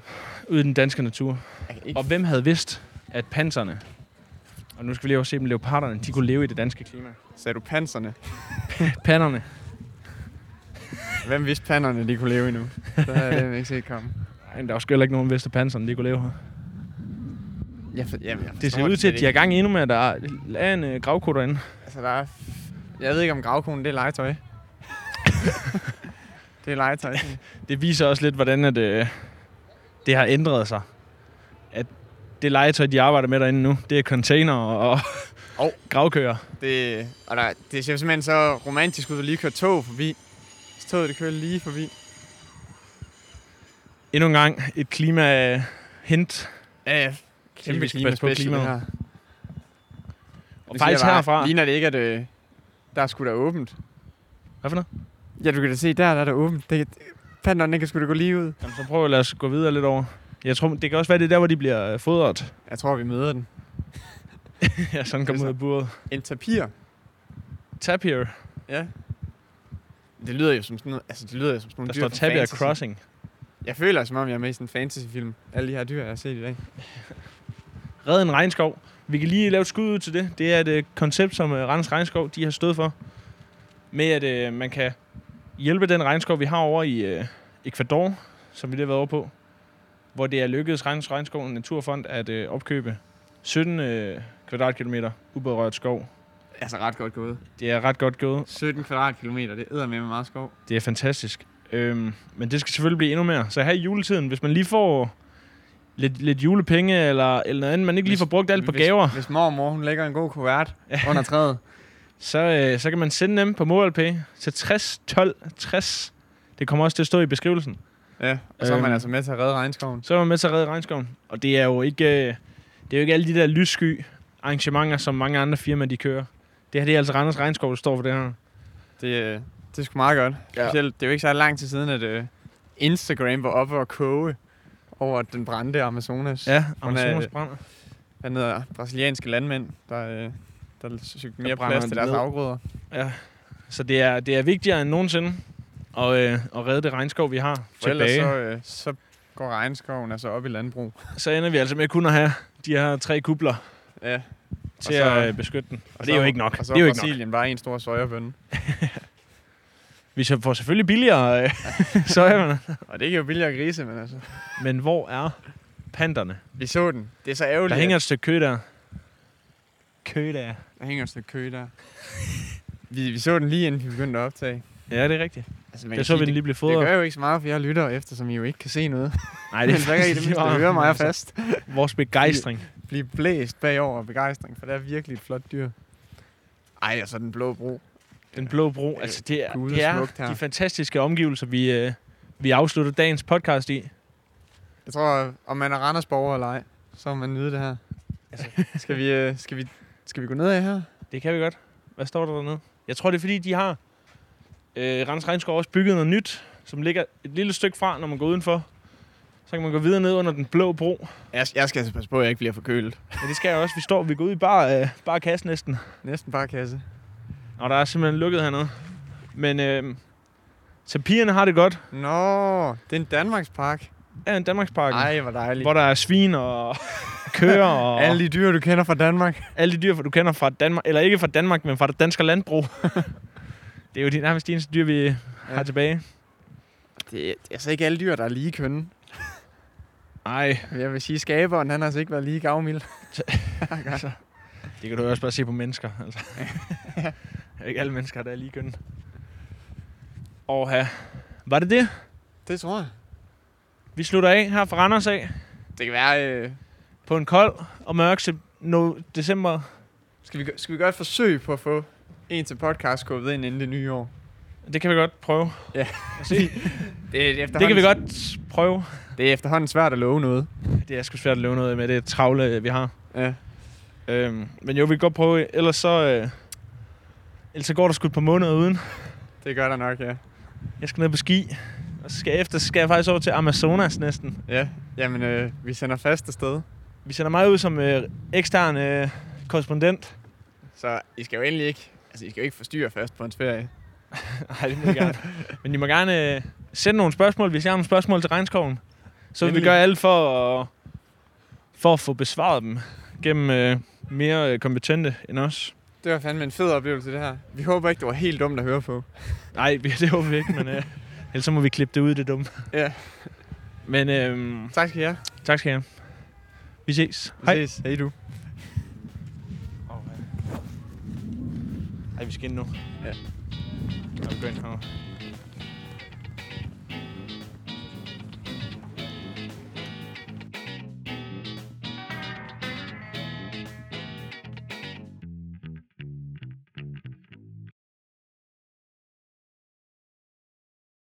ude i den danske natur. Ikke Og hvem havde vidst, at panserne, og nu skal vi lige over se dem, leoparderne, de kunne leve i det danske klima. sagde du panserne? Panderne. Hvem vidste panderne, de kunne leve endnu? Så har jeg ikke set komme. Ej, men der er jo sgu heller ikke nogen, der vidste, at panserne, de kunne leve her. Jeg for, jamen, jeg Det ser forstår ud til, slet at de har ikke. gang i endnu med, at der er- er en øh, gravko derinde. Altså, der er... f- Jeg ved ikke, om gravkonen, det er <laughs> legetøj. det er legetøj. sådan. Det viser også lidt, hvordan at, øh, det har ændret sig. At det legetøj, de arbejder med derinde nu, det er container og, og Hov. <laughs> gravkøer. Det, og der, det ser simpelthen så romantisk ud at lige køre tog forbi. Så toget, det kører lige forbi. Endnu en gang et øh, klima-hint. Ja, ja. Kæmpe klimaspecial, det her. Og Og faktisk herfra... Ligner det ikke, at øh, der er sgu da åbent? Hvad for noget? Ja, du kan da se, der, der er der åbent. Det, det- Panderne, den kan sgu da gå lige ud. Jamen, så prøv at lade os gå videre lidt over. Jeg tror, det kan også være, det er der, hvor de bliver <laughs> øh, fodret. Jeg tror, vi møder den. ja, sådan kommer Altså. ud af buret. En tapir. Tapir. Ja. Det lyder jo som sådan noget, altså det lyder jo som sådan Der nogle dyr står fra Tapir fantasy. Crossing. Jeg føler, som om jeg er med i sådan en fantasyfilm. Alle de her dyr, jeg har set i dag. Red en regnskov. Vi kan lige lave et skud ud til det. Det er et øh, koncept, som øh, Randers Regnskov de har stået for. Med at øh, man kan hjælpe den regnskov, vi har over i øh, Ecuador, som vi lige har været over på. Hvor det er lykkedes Randers Regnskov og Naturfond at øh, opkøbe 17 øh, kvadratkilometer uberørt skov. Altså ret godt gået. Det er ret godt gået. 17 kvadratkilometer, det æder med meget skov. Det er fantastisk. Øhm, men det skal selvfølgelig blive endnu mere. Så her i juletiden, hvis man lige får lidt, lidt julepenge eller, eller noget andet, man ikke lige Hvis- får brugt alt på hvis, gaver, Hvis mormor, hun lægger en god kuvert under træet. så, øh, så kan man sende dem på MobilePay til 60 12 60. Det kommer også til at stå i beskrivelsen. <laughs> Ja, og så er man Øhm. altså med til at redde regnskoven. Så er man med til at redde regnskoven. Og det er jo ikke, øh, det er jo ikke alle de der lyssky arrangementer, som mange andre firmaer de kører. Det her det er altså Randers Regnskov, der står for det her. Det, øh, det er sgu meget godt. Ja. Ja. Specielt, det er jo ikke så lang tid siden, at øh, Instagram var oppe og koge over den brændte Amazonas. Ja, Hun er- Amazonas brænder. Hvad hedder brasilianske landmænd, der, øh, der søgte mere brænder plads til deres ned. afgrøder. Ja. Så det er, det er vigtigere end nogensinde at, øh, at redde det regnskov, vi har For ellers tilbage. så, øh, så går regnskoven altså op i landbrug. så ender vi altså med kun at have de her tre kubler Ja. til så- at øh, beskytte den. Og, det er så- jo ikke nok. Og Det så er jo ikke nok. Brasilien bare en stor søjerbønne. Vi så får selvfølgelig billigere øh, <laughs> sojamerne. Og det er jo billigere grise, men altså... Men hvor er panderne? Vi så den. Det er så ærgerligt. Der hænger et stykke kø der. Kø der. at- der hænger et stykke kø der. vi, vi så den lige inden vi begyndte at optage. Ja, det er rigtigt. Altså, Der så vi den det, lige blive det fodret. gør jo ikke så meget, for jeg lytter efter, som I jo ikke kan se noget. Nej, men så kan I <laughs> det mindste høre mig altså, fast. <laughs> Vores begejstring. Blive blæst bagover af begejstring, for det er virkelig et flot dyr. Ej, og så den blå bro. Den blå bro. Ja, Altså, det er, gule det er smukt her. de fantastiske omgivelser, vi, øh, vi afslutter dagens podcast i. Jeg tror, om man er Randersborger eller ej, så må man nyde det her. Altså, skal, vi, øh, skal, vi, skal vi gå ned af her? Det kan vi godt. Hvad står der dernede? Jeg tror, det er fordi, de har... Øh, Randers Regnskov har også bygget noget nyt, som ligger et lille stykke fra, når man går udenfor. Så kan man gå videre ned under den blå bro. Jeg, jeg skal altså passe på, at jeg ikke bliver forkølet. Ja, det skal jeg også. Vi står, vi går ud i bar, øh, bar kasse næsten. Næsten bare kasse. Og der er simpelthen lukket hernede. Men øh, så pigerne har det godt. Nå, det er en Danmarks park. Er en Danmarkspark, Ej, hvor dejligt. hvor der er svin <laughs> og køer og Alle de dyr, du kender fra Danmark. alle de dyr, du kender fra Danmark. Eller ikke fra Danmark, men fra det danske <laughs> landbrug. det er jo de, nærmest de eneste dyr, vi har tilbage. Det er altså ikke alle dyr, der er lige kønne. Nej, Jeg vil sige, at skaberen han har altså ikke været lige gavmild. altså, det kan du jo også bare se på mennesker. Altså. ikke alle mennesker, der er lige kønne. Og ja, var det det? Det tror jeg. Vi slutter af her fra Randers af Det kan være... Øh... på en kold og mørk se- no- december. Skal, vi, gø- skal vi gøre et forsøg på at få en til podcast skubbet ind inden det nye år? Det kan vi godt prøve. <laughs> Det, er Det kan vi godt prøve. Det er efterhånden svært at love noget. Det er sgu svært at lave noget med det travle, øh, vi har. Ja. Øhm, men jo, vi kan godt prøve. Ellers så, øh, ellers så går der sgu et par måneder uden. Det gør der nok, ja. Jeg skal ned på ski. Og så skal jeg efter, så skal jeg faktisk over til Amazonas næsten. Ja, jamen øh, vi sender fast afsted. Vi sender mig ud som øh, ekstern øh, <laughs> korrespondent. Så I skal jo endelig ikke... Altså, I skal jo ikke forstyrre først på en ferie. Nej, det må jeg gerne. <laughs> Men I må gerne øh, sende nogle spørgsmål, hvis I har nogle spørgsmål til regnskoven. Så vil vi Endelig. gøre alt for at, for at få besvaret dem gennem øh, mere øh, kompetente end os. Det var fandme en fed oplevelse, det her. Vi håber ikke, det var helt dumt at høre på. Nej, vi- <laughs> det håber vi ikke, men øh, ellers så må vi klippe det ud, det dumme. Ja. Men øh, Tak skal I have. tak skal I have. Vi ses. Vi ses. Hej du. Ej, vi skal ind nu. Ja. Nå, vi går ind her nu.